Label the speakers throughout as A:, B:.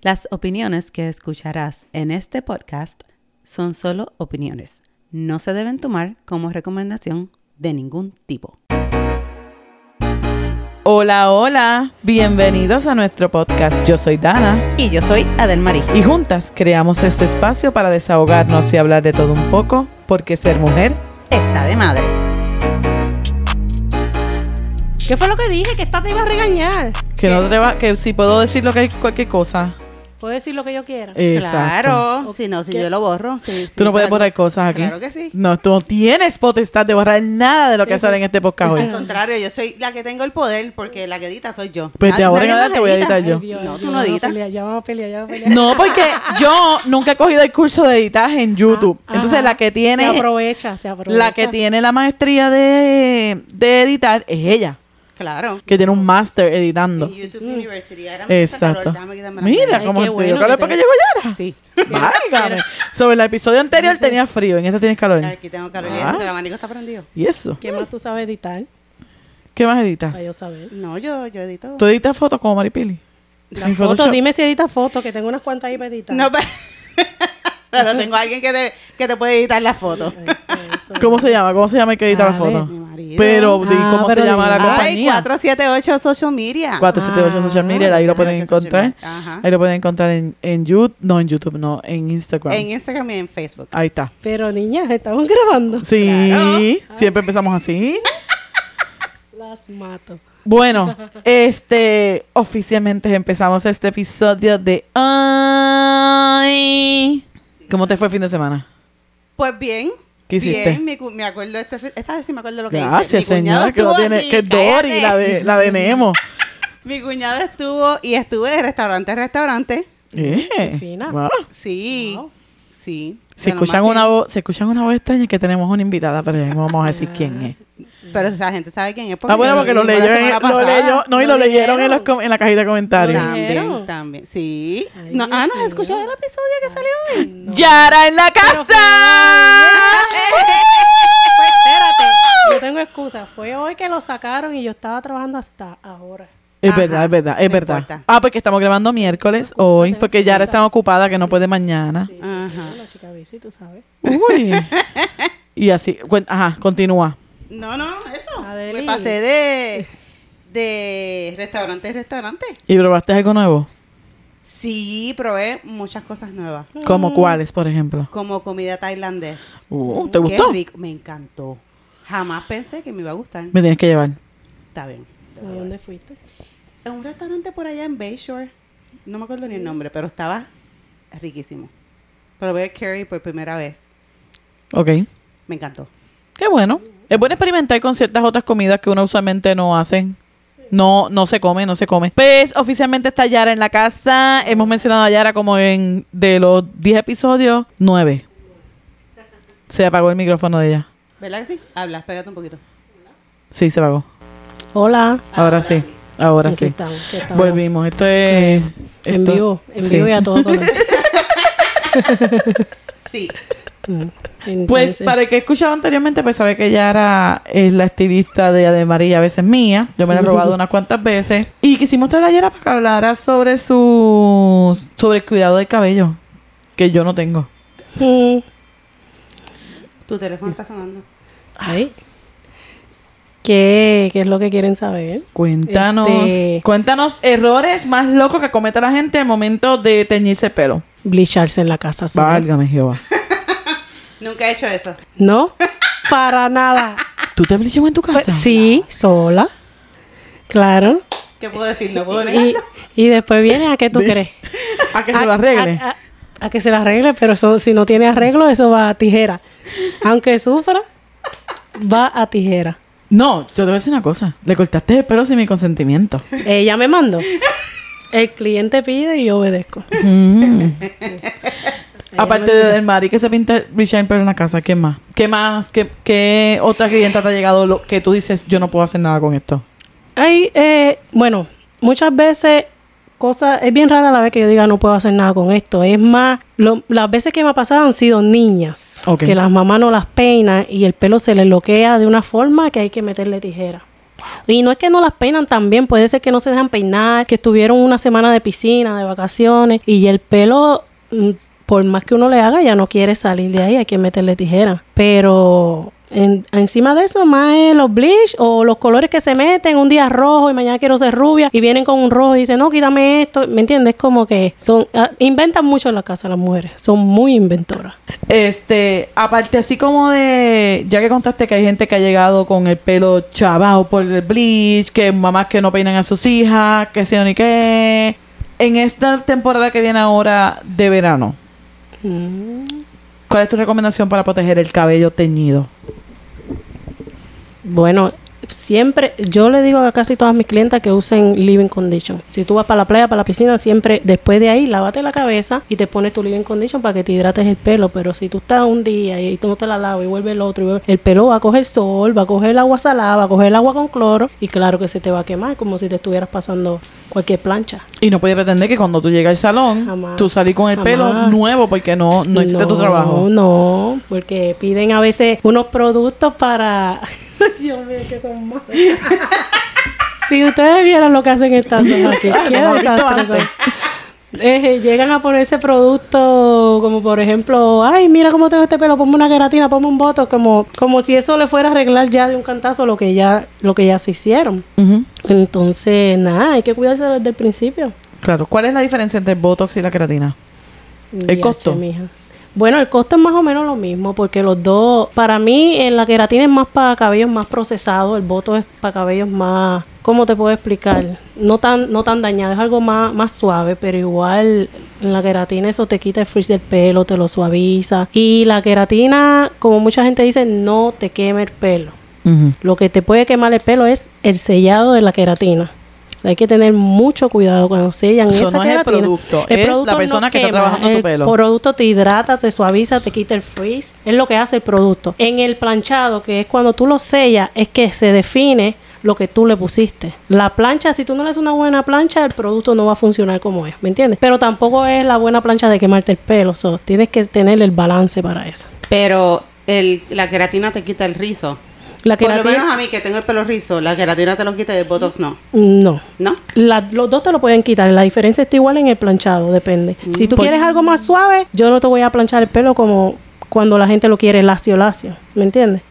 A: Las opiniones que escucharás en este podcast son solo opiniones. No se deben tomar como recomendación de ningún tipo.
B: Hola, hola, bienvenidos a nuestro podcast. Yo soy Dana
A: Y yo soy Adelmarí.
B: y juntas creamos este espacio para desahogarnos y hablar de todo un poco, porque ser mujer,
A: Está de madre.
C: ¿Qué fue lo que dije? Que esta te iba a regañar.
B: que no te va- que si puedo decir lo que hay cualquier cosa.
C: Puedo decir lo que yo quiera.
B: Eh, Exacto.
A: Claro, si no, si yo lo borro. si- si
B: Tú no puedes
A: salgo-
B: borrar cosas aquí.
A: Claro que sí.
B: No, tú no tienes potestad de borrar nada de lo que sale en este podcast
A: Al
B: hoy.
A: contrario, yo soy la que tengo el poder porque la que edita soy yo.
B: Pues de
A: Nad-
B: ahora en
A: nadie más
B: adelante voy a
A: edita.
B: editar yo.
A: No, tú
C: ya
A: no
C: vamos a
A: editas.
C: pelear, Ya vamos a pelear, ya vamos a pelear.
B: No, porque yo nunca he cogido el curso de editaje en YouTube.
A: Ah,
C: Ajá.
B: Entonces la que tiene
C: Se aprovecha, se aprovecha.
B: la que tiene la maestría de, de editar es ella,
A: Claro.
B: que tiene un máster editando.
A: En YouTube University. Ahora me gusta calor,
B: Exacto.
A: déjame quitarme la
B: Mira,
A: playera.
C: Ay,
B: como
C: qué
B: te
C: bueno
B: dio
C: que
B: calor
C: te-
B: porque llegó Yara.
A: Sí.
B: Válgame. Sobre el episodio anterior tenía frío, en este tienes calor.
A: Aquí tengo calor. Y
B: Ah.
A: eso que el abanico está prendido.
B: ¿Y eso?
C: ¿Qué más tú sabes editar?
B: ¿Qué más editas?
C: Para yo saber.
A: No, yo, yo edito.
B: ¿Tú editas fotos como Maripili?
C: La
B: En
C: foto,
B: Photoshop.
C: dime si editas fotos, que tengo unas cuantas ahí para editar.
A: No, pe- pero tengo alguien que te, que te puede editar la foto.
C: Eso, eso.
B: ¿Cómo se llama? ¿Cómo se llama el que edita la
C: Ale,
B: foto?
A: mi marido.
B: Pero, di
C: Ah,
B: ¿cómo
C: pero
B: se llama
C: di-
B: la
C: Ay, Ah,
A: Ay,
B: compañía?
A: 478 Social Media.
B: 478 Social Media, ahí lo pueden
A: 478 Social
B: encontrar.
A: Media. Ajá.
B: Ahí lo pueden encontrar en, en YouTube, no en YouTube, no, en Instagram.
A: En Instagram y en Facebook.
B: Ahí está.
C: Pero niñas, estamos grabando.
B: Sí,
A: Claro.
B: siempre empezamos así.
C: Las mato.
B: Bueno, este oficialmente empezamos este episodio de hoy. ¿Cómo te fue el fin de semana?
A: Pues bien.
B: ¿Qué hiciste?
A: Bien, mi cu- me acuerdo, esta, esta vez sí me acuerdo lo que hice. Mi
B: Gracias,
A: cuñado
B: señor, que no
A: estuvo
B: tiene
A: aquí,
B: que es Dory,
A: cállate.
B: la de la de Nemo.
A: Mi cuñado estuvo y estuve de restaurante a restaurante.
B: Eh,
C: fina.
B: wow.
A: Sí.
C: Wow.
A: Sí. De
B: Si
A: lo más
B: escuchan
A: bien.
B: una voz, si escuchan una voz extraña es que tenemos una invitada, pero ya mismo vamos a decir quién es.
A: Pero esa gente sabe quién es.
B: Ah, bueno, porque lo
A: dijimos la
B: leyó, en-
A: semana
B: lo
A: pasada.
B: leyó, no, y lo,
C: Lo
B: leyeron en,
C: leyeron.
B: los com- en la cajita de comentarios.
C: Lo
A: También,
C: leyeron.
A: también. Sí.
C: Ay,
A: No,
C: Dios
A: ah, no, has
C: mío.
A: escuchado el episodio que salió hoy.
B: ¡Yara en la
C: Pero fue
B: casa!
C: Eh, Pues, espérate, yo tengo excusa. Fue hoy que lo sacaron y yo estaba trabajando hasta ahora.
B: Es
A: Ajá,
B: verdad, es verdad, es
A: no
B: verdad.
A: importa.
B: Ah, porque estamos grabando miércoles
C: Excusa,
B: hoy,
C: tengo
B: porque Yara
C: excusa.
B: está ocupada que no puede mañana.
C: Sí, sí, sí,
A: Ajá.
C: bueno, chica, bici, tú sabes.
B: Uy. y así, cuen- ajá, continúa.
A: No, no, eso.
C: Adeli.
A: Me pasé de, de restaurante a restaurante.
B: ¿Y probaste algo nuevo?
A: Sí, probé muchas cosas nuevas.
B: ¿Como cuáles, por ejemplo?
A: Como comida tailandesa.
B: Uh, ¿Te
A: Qué
B: gustó?
A: rico, Me encantó. Jamás pensé que me iba a gustar.
B: Me tienes que llevar.
A: Está bien.
C: ¿A dónde fuiste?
A: En un restaurante por allá en Bayshore. No me acuerdo ni el nombre, pero estaba riquísimo. Probé curry por primera vez.
B: Ok.
A: Me encantó.
B: Qué bueno. Es bueno experimentar con ciertas otras comidas que uno usualmente no hace. No, no se come, no se come. Pues oficialmente está Yara en la casa. Hemos mencionado a Yara como en de los 10 episodios, 9. Se apagó el micrófono de ella.
A: ¿Verdad que sí? Hablas, pégate un poquito.
B: Sí, se apagó.
C: Hola.
B: Ahora sí. Ahora
C: Aquí
B: sí.
C: estamos, aquí estamos.
B: Volvimos. Esto es.
C: En
B: esto-
C: vivo, en
B: sí.
C: vivo y a todo color.
A: Sí.
B: Pues
C: Entonces,
B: para el que he escuchado anteriormente, pues sabe que Yara es la estilista de Ademar y a veces mía. Yo me la he robado unas cuantas veces. Y quisimos traer a Yara para que hablara sobre su... sobre el cuidado del cabello, que yo no tengo.
C: mm,
A: Tu teléfono está sonando.
C: ay. ¿Qué, ¿Qué es lo que quieren saber?
B: Cuéntanos,
C: Este-
B: cuéntanos errores más locos que cometa la gente al momento de teñirse el pelo.
C: Blicharse en la casa sola.
B: Válgame Jehová.
A: Nunca he hecho eso.
C: No, para nada.
B: ¿Tú te blichas en tu casa?
C: Pues, sí, sola. Claro.
A: ¿Qué puedo decir? No puedo
C: Y,
A: negarlo.
C: y después viene a qué tú crees.
B: ¿A que se lo arregle?
C: A, a- a que se la arregle, pero eso, si no tiene arreglo, eso va a tijera. Aunque sufra, va a tijera.
B: No, yo te voy a decir una cosa. Le cortaste el pelo sin mi consentimiento.
C: Ella me mandó. El cliente pide y yo obedezco.
B: Mm. Aparte de del Mari que se pinta Richard pero en la casa, ¿qué más? ¿Qué más? ¿Qué, qué otra clienta te ha llegado lo que tú dices, yo no puedo hacer nada con esto?
C: Hay, eh, bueno, muchas veces cosas, es bien rara la vez que yo diga no puedo hacer nada con esto. Es más, lo- las veces que me ha pasado han sido niñas,
B: Ok.
C: que las mamás no las peinan y el pelo se les bloquea de una forma que hay que meterle tijera. Y no es que no las peinan también, puede ser que no se dejan peinar, que estuvieron una semana de piscina, de vacaciones, y el pelo, mm, por más que uno le haga, ya no quiere salir de ahí, hay que meterle tijera. Pero en- encima de eso, más es los bleach o los colores que se meten, un día rojo y mañana quiero ser rubia, y vienen con un rojo y dicen, no, quítame esto, ¿me entiendes? Como que son, ah, inventan mucho en la casa las mujeres, son muy inventoras.
B: Este, aparte así como de, ya que contaste que hay gente que ha llegado con el pelo chavado por el bleach, que mamás que no peinan a sus hijas, que sé yo ni qué. En esta temporada que viene ahora de verano,
C: Mm.
B: ¿cuál es tu recomendación para proteger el cabello teñido?
C: Bueno, siempre, yo le digo a casi todas mis clientas que usen living condition. Si tú vas para la playa, para la piscina, siempre después de ahí, lávate la cabeza y te pones tu living condition para que te hidrates el pelo. Pero si tú estás un día y tú no te la lavas y vuelve el otro, y vuelve- el pelo va a coger sol, va a coger el agua salada, va a coger el agua con cloro y claro que se te va a quemar como si te estuvieras pasando cualquier plancha.
B: Y no puedes pretender que cuando tú llegas al salón,
C: Jamás,
B: tú salís con el pelo
C: jamás.
B: nuevo porque no, no hiciste tu trabajo.
C: No, porque piden a veces unos productos para. Dios mío, que son malos. si ustedes vieran lo que hacen estas dos aquí, qué
B: Ah, Lo hemos visto
C: desastre
B: antes.
C: son. Eh, llegan a ponerse productos como por ejemplo, ay, mira cómo tengo este pelo, ponme una queratina, ponme un botox, como como si eso le fuera a arreglar ya de un cantazo lo que ya lo que ya se hicieron.
B: Ujú.
C: Entonces, nada, hay que cuidarse desde el principio.
B: Claro. ¿Cuál es la diferencia entre el botox y la queratina? ¿El
C: Yache,
B: costo?
C: mija. Bueno, el costo es más o menos lo mismo, porque los dos, para mí, en la queratina es más para cabellos más procesados, el voto es para cabellos más, ¿cómo te puedo explicar? No tan, no tan dañado, es algo más, más suave, pero igual en la queratina eso te quita el frizz del pelo, te lo suaviza. Y la queratina, como mucha gente dice, no te quema el pelo.
B: Ujú.
C: Lo que te puede quemar el pelo es el sellado de la queratina. O sea, hay que tener mucho cuidado cuando sellan
B: Eso
C: esa
B: no es el
C: queratina.
B: producto, es la persona que está trabajando tu
C: el
B: pelo.
C: producto te hidrata, te suaviza, te quita el frizz. Es lo que hace el producto. En el planchado, que es cuando tú lo sellas, es que se define lo que tú le pusiste. La plancha, si tú no le haces una buena plancha, el producto no va a funcionar como es, ¿me entiendes? Pero tampoco es la buena plancha de quemarte el pelo. so, tienes que tener el balance para eso.
A: Pero el, la queratina te quita el rizo.
C: La
A: Por lo
C: queratina-
A: menos a mí que tengo el pelo rizo, la queratina te lo quita y el botox no.
C: No.
A: ¿No?
C: La- los dos te lo pueden quitar. La diferencia está igual en el planchado, depende. Si tú quieres algo más suave, yo no te voy a planchar el pelo como cuando la gente lo quiere lacio, lacio. ¿Me entiendes?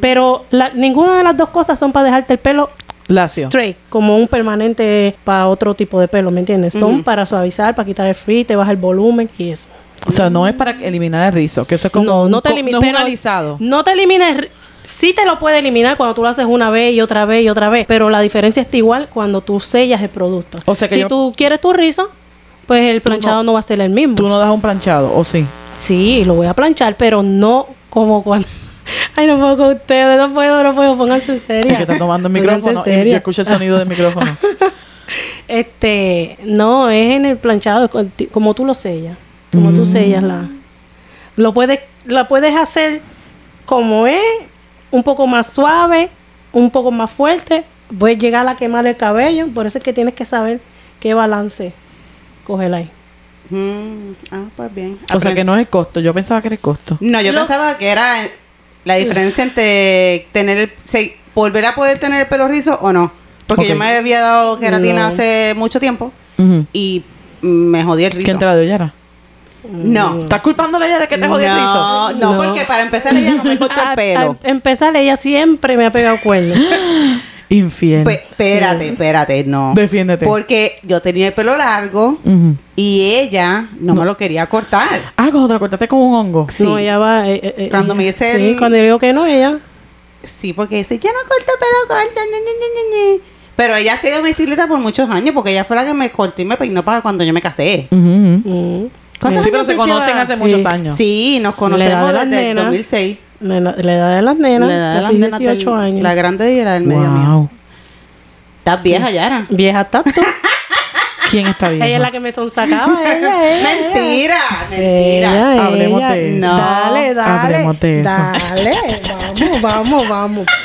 C: Pero la- ninguna de las dos cosas son para dejarte el pelo
B: Lacio.
C: straight, como un permanente para otro tipo de pelo, ¿me entiendes? Son para suavizar, para quitar el frizz, te baja el volumen y eso.
B: O sea, no es para eliminar el rizo, que eso es como
C: no,
B: un
C: no te
B: co-
C: elimina.
B: no es un alisado.
C: No te elimina. el ri- Sí te lo puede eliminar cuando tú lo haces una vez y otra vez y otra vez, pero la diferencia está igual cuando tú sellas el producto.
B: O sea que
C: si
B: yo-
C: tú quieres tu rizo, pues el planchado no, va a ser el mismo.
B: Tú no das un planchado, ¿o sí?
C: Sí, lo voy a planchar, pero no como cuando... Ay, no puedo con ustedes, no puedo, no puedo, pónganse en serio.
B: Es que está tomando el micrófono y yo escucho el sonido del micrófono.
C: Este, no, es en el planchado, es con- ti- como tú lo sellas, como tú sellas la... Lo puedes, la puedes hacer como es, un poco más suave, un poco más fuerte, puedes llegar a quemar el cabello, por eso es que tienes que saber qué balance coger ahí.
A: Mm, ah, pues bien.
B: O sea,
A: Aprendí.
B: que no es el costo. Yo pensaba que era el costo.
A: No, yo
C: Lo-
A: pensaba que era la diferencia entre tener el- se- volver a poder tener el pelo rizo o no. Porque
B: Ok.
A: yo me había dado queratina
C: No.
A: hace mucho tiempo
B: Ujú.
A: y me jodí el
B: ¿Quién
A: rizo.
B: te la dio, Yara?
C: Mm.
A: No.
B: ¿Estás culpándole a ella de que te jodí el rizo? Ah,
A: No, no,
C: No.
A: porque para empezar ella no me cortó
C: A-
A: el pelo.
C: a empezar, ella siempre me ha pegado cuerno.
B: Infiel.
C: Pues-
A: Pe- espérate, espérate, no.
B: Defiéndete.
A: Porque yo tenía el pelo largo
B: Ujú.
A: y ella no, me lo quería cortar.
B: Ah, cuando te la cortaste con un hongo.
A: Sí.
C: No, ella va... eh, eh, eh,
A: Cuando me dice
C: sí,
A: el-
C: cuando yo digo que no, ella...
A: Sí, porque dice, yo no corto pelo corto. ñe, ñe, ñe, ñe". Pero ella ha sido mi estilista por muchos años porque ella fue la que me cortó y me peinó para cuando yo me casé.
B: Ujú, ujú.
C: mm,
A: ¿Cuántos
B: Sí, pero
A: años
B: se
A: tú
B: conocen
A: llevas?
B: hace
C: Sí.
B: muchos años.
A: Sí, nos
C: La
A: conocemos
C: edad de las
A: desde el
C: nenas.
A: 2006.
C: La, la edad de las nenas,
A: La edad de las
C: casi
A: nenas del-
C: 18 años.
A: La grande y la del medio mío.
B: Wow.
A: Estás vieja, Yara.
C: Vieja tanto.
B: ¿Quién está bien?
C: ella es la que me sonsacaba, ella, ella.
A: Mentira, mentira.
C: Ella, ella.
B: Hablemos de
A: eso.
C: Dale, dale.
B: Hablemos de eso.
C: Dale, vamos, vamos, vamos.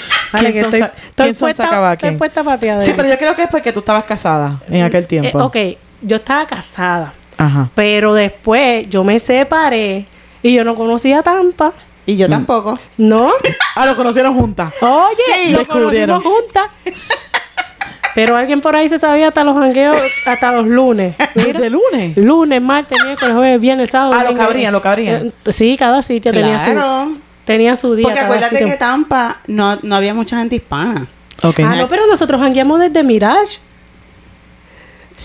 B: ¿Quién
C: Vale, que estoy,
B: sonsa-
C: estoy
B: quién sonsacaba
C: puesta,
B: a
C: estoy
B: quién?
C: puesta pateada.
B: Sí, pero yo creo que es porque tú estabas casada en aquel tiempo.
C: Eh, ok, yo estaba casada,
B: Ajá.
C: pero después yo me separé y yo no conocía a Tampa.
A: Y yo tampoco.
C: ¿No?
B: Ah, lo conocieron juntas.
C: Oye,
B: Sí,
C: lo
B: descubrieron.
C: conocimos juntas. Pero alguien por ahí se sabía hasta los jangueos, hasta los lunes. Mira,
B: De lunes.
C: lunes, martes, miércoles, jueves, viernes, sábado.
B: Ah, lo
C: domingo.
B: cabrían, lo cabrían.
C: Eh, Sí, cada sitio tenía su,
A: Claro.
C: tenía su día.
A: Porque
C: cada
A: acuérdate
C: sitio.
A: que Tampa no, no había mucha gente hispana.
B: Ok.
C: Ah, no, pero nosotros jangueamos desde Mirage.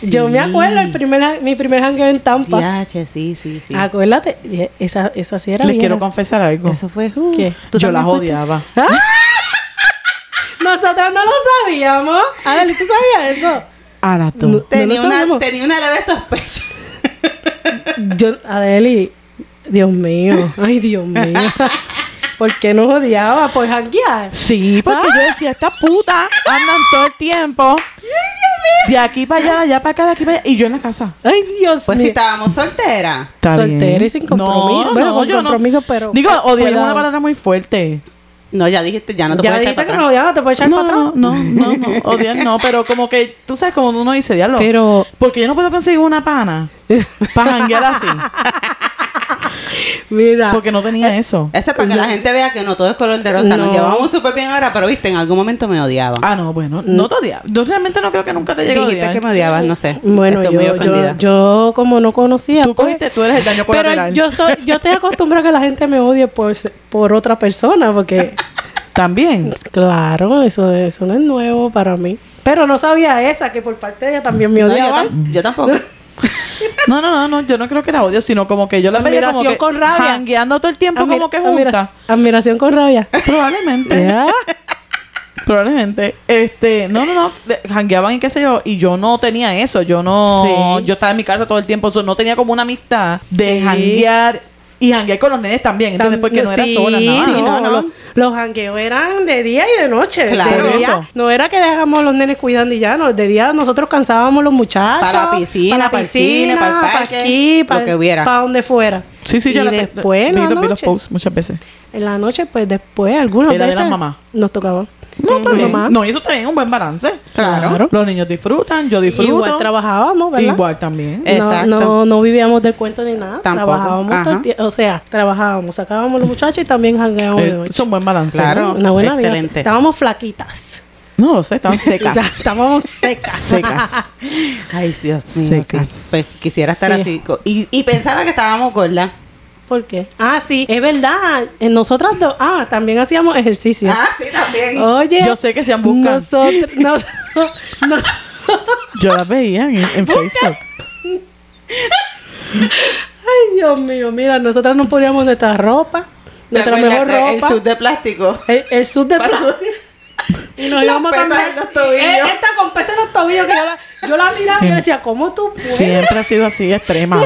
C: Yo me
A: Sí.
C: acuerdo, el primer, mi primer jangueo en Tampa.
A: Diache, sí, sí, sí.
C: Acuérdate, y e, esa, esa sí era
B: Les
C: vieja.
B: quiero confesar algo.
A: Eso fue. uh,
C: ¿Qué?
A: ¿tú
B: Yo
A: también
B: las
A: fuiste?
B: odiaba.
C: ¡Ah! Nosotras no lo sabíamos. Adeli, ¿tú sabías eso?
B: A las dos.
C: No
A: Tenía,
C: lo
A: una,
C: sabemos.
A: tenía una leve sospecha.
C: Yo, Adeli, Dios mío, ay Dios mío. ¿Por qué nos odiaba? Por janguear.
B: Sí, porque yo decía, esta puta andan todo el tiempo. De aquí para allá, de allá para acá, de aquí para allá. Y yo en la casa.
C: Ay Dios
A: Pues si
C: mío.
A: estábamos solteras.
B: Está
C: Soltera
B: bien.
C: y sin compromiso. Bueno, con
B: yo
C: compromiso, pero-
B: Digo, odiar es
C: Cuidado.
B: una palabra muy fuerte.
A: No, ya dijiste, ya no te
C: ya
A: puedes echar
C: dijiste que
A: para
C: nos
A: atrás.
C: odiaba, te puedes echar
B: No,
C: para
B: no,
C: atrás.
B: no, no, no, odiar no, pero como que tú sabes como uno dice diablo.
C: Pero-
B: porque yo no puedo conseguir una pana para janguear así,
C: Mira.
B: porque no
C: Eh,
B: tenía eso.
A: Eso es para que la gente vea que no todo es color de rosa. Nos
C: No.
A: llevamos súper bien ahora, pero viste, en algún momento me odiaba.
B: Ah, no, bueno, no te odiaba. Yo realmente no creo que nunca te llegue a
A: dijiste
B: odiar.
A: que me odiabas, no sé.
C: Bueno,
A: Estoy
C: yo,
A: muy
C: yo-
A: ofendida.
C: yo como no conocía.
B: Tú
C: pues,
B: cogiste, tú eres el daño
C: pero
B: colateral.
C: yo soy, yo estoy acostumbrada a que la gente me odie por, se- por otra persona, porque
B: También.
C: claro, eso, eso no es nuevo para mí. Pero no sabía esa, que por parte de ella también me
A: No, yo,
C: odiaba.
A: tam- yo tampoco.
B: No, no, no, no, yo no creo que era odio, sino como que yo la veía como
C: Admiración
B: que
C: con rabia.
B: jangueando todo el tiempo
C: Admira-
B: como que
C: admira-
B: junta.
C: admiración con rabia.
B: Probablemente.
C: Ya.
B: Probablemente. Este, no, no, no. le- Jangueaban y qué sé yo. Y yo no tenía eso. Yo no.
C: Sí.
B: Yo estaba en mi casa todo el tiempo. so, no tenía como una amistad de
C: Sí.
B: janguear. Y janguear con los nenes también. ¿Entiendes? Porque no era
C: Sí,
B: sola, nada.
A: Sí,
B: más.
A: no, no.
C: Los, los jangueos eran de día y de noche. De
A: Claro.
C: día, no era que dejábamos a los nenes cuidando y ya, no, de día nosotros cansábamos los muchachos.
A: Para la piscina, para el cine, para el parque,
C: aquí,
A: lo
C: para,
A: que hubiera.
C: para donde fuera.
B: Sí, sí, yo
C: y
B: la-
C: después, en
B: vi,
C: la
B: los- vi los
C: noche,
B: posts muchas veces.
C: en la noche, pues después, algunas
B: Era de
C: veces
B: las mamás.
C: nos tocaban.
B: No,
C: Con
B: también.
C: mamá.
B: No, y eso también es un buen balance.
A: Claro.
B: Los niños disfrutan, yo disfruto.
C: Igual trabajábamos, ¿verdad?
B: Igual también.
A: Eh, Exacto.
C: No, no, no vivíamos del cuento ni nada.
A: Tampoco.
C: Trabajábamos todo el
A: Ajá.
C: tie- O sea, trabajábamos, sacábamos los muchachos y también jangueábamos de
B: Eh,
C: noche.
B: es un buen balance.
A: Claro.
C: Una buena vida.
A: Ah, Excelente.
C: Estábamos flaquitas.
B: No lo sé, estaban
C: O sea,
B: secas.
C: estábamos secas.
B: secas.
A: Ay, Dios mío. sí.
B: Secas.
A: Pues quisiera estar
C: Sí.
A: así. co- Y, y pensaba que estábamos gordas.
C: ¿Por qué? Ah, sí, es verdad. En nosotras dos. Ah, también hacíamos ejercicio.
A: Ah, sí, también.
C: Oye.
B: Yo sé que se han buscado.
C: Nosotros. nos- nos-
B: Yo las veía en, en Facebook.
C: ay, Dios mío. Mira, nosotras nos poníamos nuestra ropa.
A: ¿Te
C: Nuestra
A: acuerdas
C: mejor
A: que
C: ropa.
A: El sud de plástico.
C: El, el sud de
A: Pasó-
C: plástico. Y nos
A: Las
C: íbamos a
A: pesas
C: cambiar.
A: en los tobillos.
C: Eh, Esta con pesas en los tobillos. Que yo, la, yo la miraba y
B: Sí.
C: yo decía, ¿cómo tú puedes?
B: Siempre ha sido así, extrema.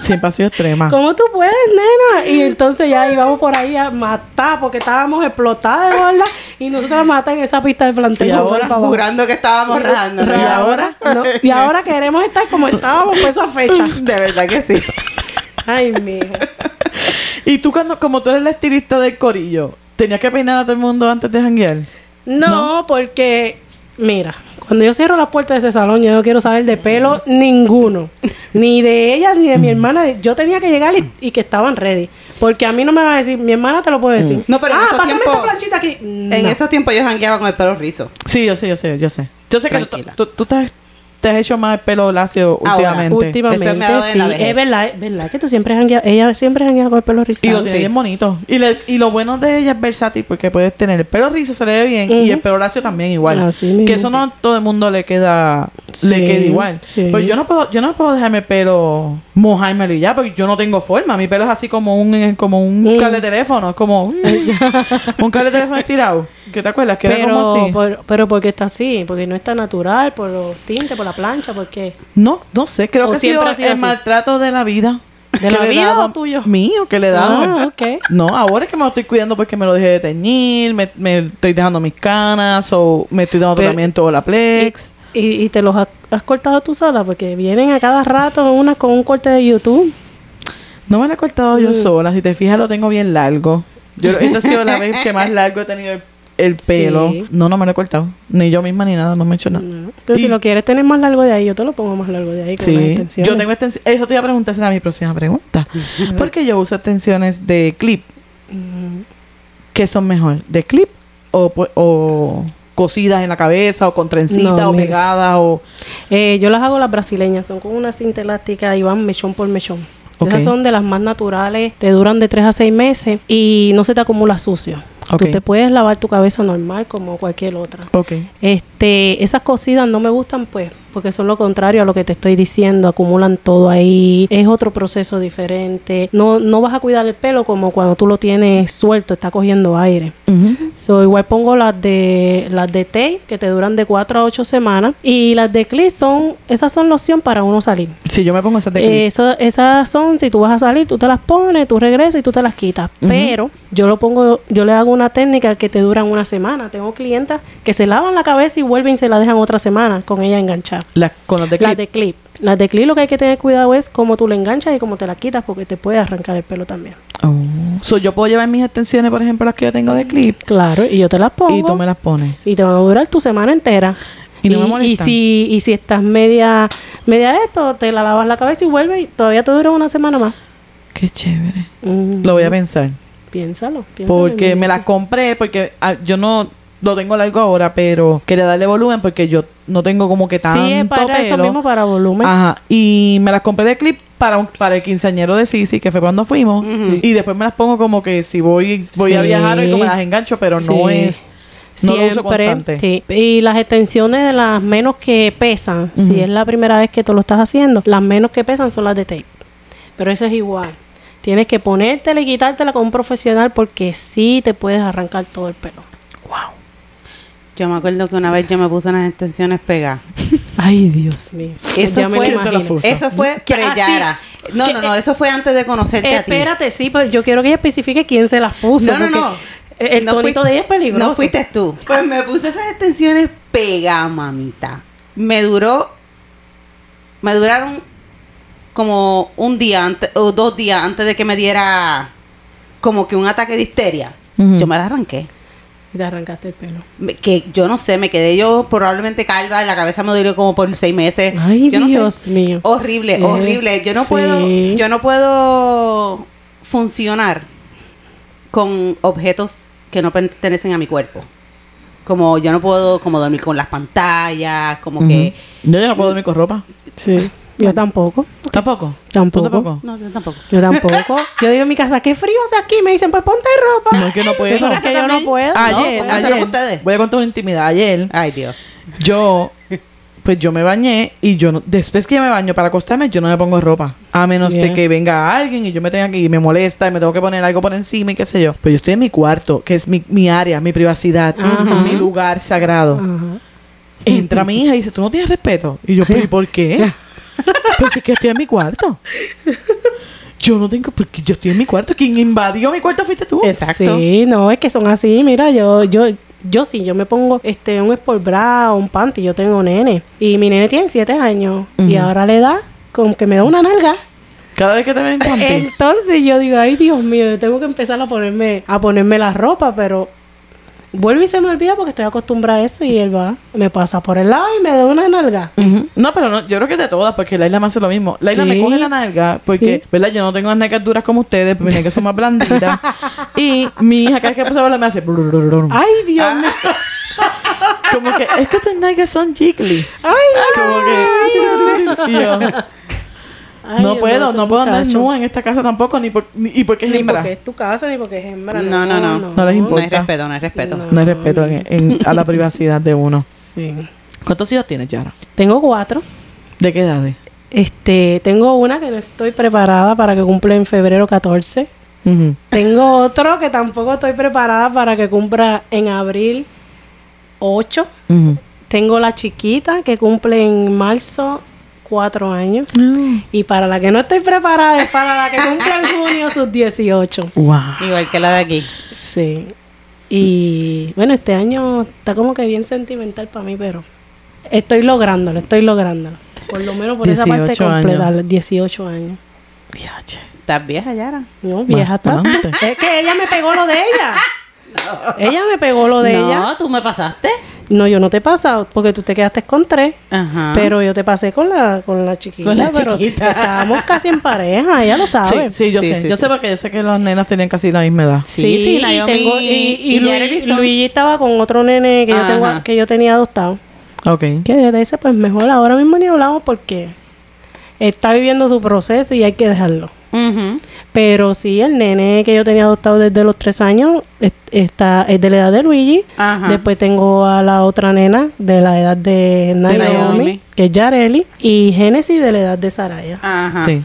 B: Siempre ha sido extrema.
C: ¿Cómo tú puedes, nena? Y entonces ya íbamos por ahí a matar, porque estábamos explotadas de gorda, y nosotras matan en esa pista de planteo.
B: Y
C: por
B: ahora,
C: favor.
A: Jurando que estábamos rajando.
C: Y ahora, no, y ahora queremos estar como estábamos por esa fecha.
A: De verdad que sí.
C: Ay, mija.
B: Y tú, cuando, como tú eres la estilista del corillo, ¿tenías que peinar a todo el mundo antes de janguear?
C: No, porque, mira, cuando yo cierro las puertas de ese salón, yo no quiero saber de pelo ninguno. Ni de ella, ni de mi hermana. Yo tenía que llegar y, y que estaban ready. Porque a mí no me va a decir, mi hermana te lo puede decir.
A: No, pero en
C: ah,
A: esos
C: pásame
A: tiempos-
C: esta planchita aquí.
A: En
C: No.
A: esos tiempos yo jangueaba con el pelo rizo.
B: Sí, yo sé, yo sé, yo sé. Yo sé
A: Tranquila.
B: que tú, tú- tú te, has- te has hecho más el pelo lacio
A: Ahora,
B: últimamente.
C: Últimamente,
A: Eso me ha dado en
C: sí.
A: la vejez.
C: Es verdad, es verdad que tú siempre jangueas, ella siempre janguea con el pelo
B: Y
C: rizado.
B: lo tiene
A: sí.
B: bien bonito. Y, le- y lo bueno de ella es versátil porque puedes tener el pelo rizo, se le ve bien, y
C: Ujú. Ah,
B: el pelo lacio también igual.
C: Así mismo,
B: que eso no a todo el mundo le queda,
C: Sí,
B: le queda igual.
C: sí.
B: Pues yo no puedo, yo no puedo dejarme el pelo mojármelo y ya, porque yo no tengo forma. Mi pelo es así como un, como un
C: Mm.
B: cable de teléfono, es como un, un cable de teléfono estirado. ¿Qué te acuerdas? Que era como
C: pero, pues,
B: así.
C: por- pero porque está así, porque no está natural, por los tintes, por la plancha, porque
B: No, no sé, creo
C: ¿O
B: que ha sido
C: siempre ha sido
B: el
C: así?
B: maltrato de la vida.
C: ¿De
B: que
C: la
B: le he
C: vida
B: dado-
C: o tuyo?
B: Mío, que le he dado.
C: Ah, ok.
B: No, ahora es que me lo estoy cuidando porque me lo dejé de teñir, me, me estoy dejando mis canas o me estoy dando
C: Pero-
B: tratamiento de la Plex.
C: y, y te los has, has cortado tú sola, porque vienen a cada rato unas con un corte de YouTube.
B: No me lo he cortado
C: Mm.
B: yo sola, si te fijas lo tengo bien largo. Yo, esta ha sido la vez que más largo he tenido el, el pelo.
C: Sí.
B: No, no me lo he cortado. Ni yo misma ni nada, no me he hecho nada.
C: Entonces, si
B: Y-
C: lo quieres tener más largo de ahí, yo te lo pongo más largo de ahí con las
B: Sí,
C: extensiones.
B: yo tengo extensiones. Eso te iba a preguntar, esa era mi próxima pregunta. Porque yo uso extensiones de clip.
C: Mm.
B: ¿Qué son mejor? ¿De clip o, pu- o cosidas en la cabeza o con trencita
C: No,
B: o
C: mira.
B: pegadas o
C: Eh, yo las hago las brasileñas, son con una cinta elástica y van mechón por mechón.
B: Ok.
C: Esas son de las más naturales, te duran de 3 a 6 meses y no se te acumula sucio.
B: Ok.
C: Tú te puedes lavar tu cabeza normal como cualquier otra.
B: Ok.
C: Este, esas cocidas no me gustan pues, porque son lo contrario a lo que te estoy diciendo, acumulan todo ahí, es otro proceso diferente. No no vas a cuidar el pelo como cuando tú lo tienes suelto, está cogiendo aire. So, igual pongo las de las de té que te duran de 4 a 8 semanas y las de Clip son esas son loción para uno salir.
B: Si yo me pongo esas de clip.
C: Eh, eso- esas son si tú vas a salir, tú te las pones, tú regresas y tú te las quitas.
B: Ujú.
C: Pero yo lo pongo yo le hago una técnica que te duran una semana. Tengo clientas que se lavan la cabeza y vuelven y se la dejan otra semana con ella enganchada.
B: Las- con las de clip.
C: Las de clip. Las de clip lo que hay que tener cuidado es cómo tú la enganchas y cómo te la quitas porque te puede arrancar el pelo también.
B: Oh. So, yo puedo llevar mis extensiones, por ejemplo, las que yo tengo de clip
C: Claro, y yo te las pongo.
B: y tú me las pones.
C: y te van a durar tu semana entera.
B: Y no me molestan.
C: si, y si estás media, media esto, te la lavas la cabeza y vuelve y todavía te dura una semana más.
B: Qué chévere.
C: Mm,
B: Lo voy a pensar.
C: Piénsalo, piénsalo.
B: Porque me las
C: las
B: compré, porque ah, yo no lo tengo largo ahora, pero quería darle volumen porque yo no tengo como que tanto
C: Sí, es para eso
B: pelo.
C: mismo, para volumen.
B: Ajá. Y me las compré de clip para un- para el quinceañero de Sisi, que fue cuando fuimos. Y después me las pongo como que si voy voy a
C: Sí.
B: viajar y como las engancho, pero no
C: Sí.
B: es no lo uso constante.
C: sí. Y las extensiones de las menos que pesan, si es la primera vez que tú lo estás haciendo, las menos que pesan son las de tape. Pero eso es igual. Tienes que ponértela y quitártela con un profesional porque sí te puedes arrancar todo el pelo.
A: Yo me acuerdo que una vez yo me puse unas extensiones pegadas.
C: Ay, Dios mío.
A: Eso
C: Pues Ya me lo
A: fue,
C: imagino.
A: eso fue
C: Que- ah,
A: Preyara.
C: sí.
A: No,
C: Que-
A: no, no, eso fue antes de conocerte a ti.
C: Espérate, sí, pero yo quiero que ella especifique quién se las puso.
A: No, no,
C: porque
A: no.
C: El
A: No
C: tonito
A: fuiste-
C: de ella es peligroso.
A: No fuiste tú. Pues me puse esas extensiones pegadas, mamita. Me duró. Me duraron como un día antes o dos días antes de que me diera como que un ataque de histeria.
B: Ujú.
A: Yo me las arranqué.
C: Y te arrancaste el pelo.
A: Me- que yo no sé, me quedé yo probablemente calva, la cabeza me dolió como por seis meses.
C: Ay,
A: Eh, yo no sé. Oh.
C: Dios mío.
A: Horrible,
C: Eh,
A: horrible. Yo no
C: sí.
A: puedo, yo no puedo funcionar con objetos que no pertenecen a mi cuerpo. Como yo no puedo como dormir con las pantallas, como que
B: Ujú. Yo ya no puedo dormir con ropa.
C: Sí. Yo tampoco.
B: ¿Tampoco?
C: Tampoco.
B: ¿Tú tampoco?
A: no, yo tampoco.
C: Yo tampoco. Yo digo en mi casa, qué frío hace aquí. Me dicen, pues ponte ropa.
B: No, es que no puedo.
C: Pero es que yo no
A: también.
C: puedo.
A: Ah, No,
B: Ayer,
A: pónganselo
B: ayer,
A: ustedes.
B: voy a contar una intimidad. Ayer,
A: Ay, Dios.
B: yo, pues yo me bañé y yo, no- después que yo me baño para acostarme, yo no me pongo ropa. A menos de
C: Yeah.
B: que venga alguien y yo me tenga que, y me molesta y me tengo que poner algo por encima y qué sé yo. Pero yo estoy en mi cuarto, que es mi, mi área, mi privacidad,
C: Ajá.
B: mi lugar sagrado.
C: Ajá.
B: Entra mi hija y dice, tú no tienes respeto. Y yo, "Pero, ¿y por qué? pues es que estoy en mi cuarto. Yo no tengo, porque yo estoy en mi cuarto. Quien invadió mi cuarto fuiste tú.
A: Exacto.
C: Sí, no, es que son así. Mira, yo, yo, yo sí, yo me pongo este un sport bra, un panty. Yo tengo nene. Y mi nene tiene siete años. Y ahora le da, como que me da una nalga.
B: Cada vez que te
C: Eh,
B: ven contigo.
C: Entonces yo digo, ay Dios mío, yo tengo que empezar a ponerme, a ponerme la ropa, pero vuelvo y se me olvida porque estoy acostumbrada a eso y él va, me pasa por el lado y me da una nalga.
B: Ujú. No, pero no, yo creo que de todas, porque Laila me hace lo mismo. Laila me
C: Sí.
B: coge la nalga, porque,
C: Sí.
B: ¿verdad? Yo no tengo las nalgas duras como ustedes, porque mis nalgas son más blanditas. y mi hija, cada vez que pasa por la me hace. brrrrrum.
C: Ay Dios
A: Ah.
C: mío,
B: Como que, es que tus nalgas son jiggly.
C: ay,
B: Como que. y yo,
C: ay,
B: no
C: el
B: puedo,
C: otro
B: no puedo andar
C: muchacho.
B: nua en esta casa tampoco, ni, por, ni y porque es
C: Ni
B: hembra.
C: porque es tu casa, ni porque es hembra.
A: No, no, no.
B: No les
A: No hay
B: importa.
A: respeto, no hay respeto.
B: No hay respeto en- en- a la privacidad de uno.
C: Sí.
B: ¿Cuántos hijos tienes, Yara?
C: Tengo cuatro.
B: ¿De qué edades?
C: Este, tengo una que no estoy preparada para que cumpla en febrero 14.
B: Ujú.
C: Tengo otro que tampoco estoy preparada para que cumpla en abril 8.
B: Ujú.
C: Tengo la chiquita que cumple en marzo cuatro años.
B: Mm.
C: Y para la que no estoy preparada es para la que cumple en junio sus 18.
B: Wow.
A: Igual que la de aquí.
C: Sí. Y bueno, este año está como que bien sentimental para mí, pero estoy lográndolo, estoy lográndolo. Por lo menos por esa parte
B: 18 años.
C: completa, los 18 años.
B: Diache.
A: Estás vieja, Yara.
C: No, vieja está.
B: Bastante.
C: Es que ella me pegó lo de ella. Ella me pegó lo de
A: no,
C: ella.
A: tú me pasaste.
C: No, yo no te he pasado porque tú te quedaste con tres.
A: Ajá.
C: Pero yo te pasé con la, con la chiquita.
A: Con la
C: pero
A: chiquita.
C: Estábamos casi en pareja, ella lo
B: Sí,
C: sabe.
B: sí, yo
A: Sí,
B: sé.
A: sí,
B: yo
A: sí.
B: sé porque yo sé que las nenas tenían casi la misma edad.
A: Sí, sí, Naomi
C: tengo- y, y
A: y
C: Luis-
A: Jeremy son-
C: Luigi estaba con otro nene que yo,
A: Ajá.
C: tengo, que yo tenía adoptado.
B: Ok.
C: Que yo te dice, pues mejor ahora mismo ni hablamos porque está viviendo su proceso y hay que dejarlo.
A: Ujú.
C: Pero sí, el nene que yo tenía adoptado desde los tres años es, está, es de la edad de Luigi.
A: Ajá.
C: Después tengo a la otra nena de la edad de Naomi,
A: Naomi.
C: que es Yareli. Y Génesis de la edad de Saraya.
A: Ajá.
B: Sí.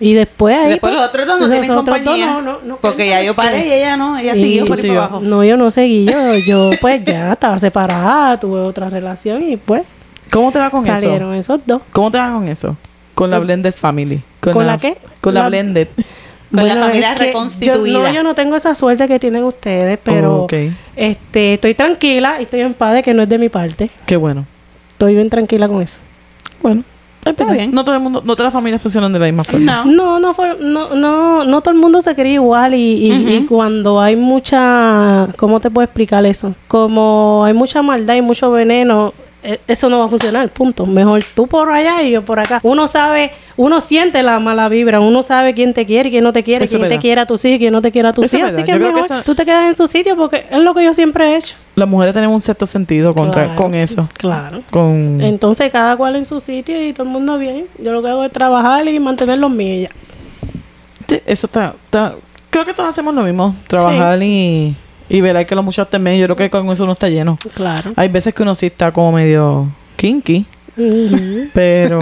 C: Y después ahí...
A: Después
C: pues,
A: los otros dos no
C: los
A: tienen
C: otros dos
A: compañía.
C: no, no, no
A: porque ya
C: cuentan.
A: yo paré y ella no, ella
C: Sí,
A: siguió por ahí
B: sí,
A: para
B: yo-
A: abajo.
C: No, yo Mm, no seguí. Yo, yo pues ya estaba separada, tuve otra relación y pues
B: ¿Cómo te va con eso?
C: salieron esos dos.
B: ¿Cómo te va con eso? Con la Blended Family.
C: ¿Con la qué?
B: Con la,
C: La-
B: Blended.
A: Con la familia
C: es que
A: reconstituida.
C: Yo, no, yo no tengo esa suerte que tienen ustedes, pero
B: Oh, Ok.
C: este, estoy tranquila y estoy en paz de que no es de mi parte.
B: Qué bueno.
C: Estoy bien tranquila con eso.
B: Bueno. Está
A: bien.
B: No todo el mundo, no todas las familias funcionan de la misma
A: No.
B: forma.
C: No, no, fue- no, no, no todo el mundo se cree igual y, y- y cuando hay mucha, ¿cómo te puedo explicar eso? Como hay mucha maldad y mucho veneno, e- eso no va a funcionar, punto. Mejor tú por allá y yo por acá. Uno sabe, uno siente la mala vibra, uno sabe quién te quiere, y quién no te
B: Eso
C: quiere,
B: es
C: quién te
B: verdad.
C: quiere a tus hijos, y quién no te quiere a tus
B: Eso es
C: hijos. Así
B: verdad.
C: que
B: Yo
C: es
B: creo que
C: mejor
B: eso-
C: tú te quedas en su sitio porque es lo que yo siempre he hecho.
B: Las mujeres tenemos un sexto sentido contra,
C: Claro,
B: con eso.
C: Claro.
B: Con...
C: Entonces cada cual en su sitio y todo el mundo bien. Yo lo que hago es trabajar y mantener los míos y ya.
B: Sí, Eso está, está- Creo que todos hacemos lo mismo. Trabajar y, y velar que los muchachos también. Yo creo que con eso uno está lleno.
C: Claro.
B: Hay veces que uno sí está como medio kinky,
C: Ujú.
B: pero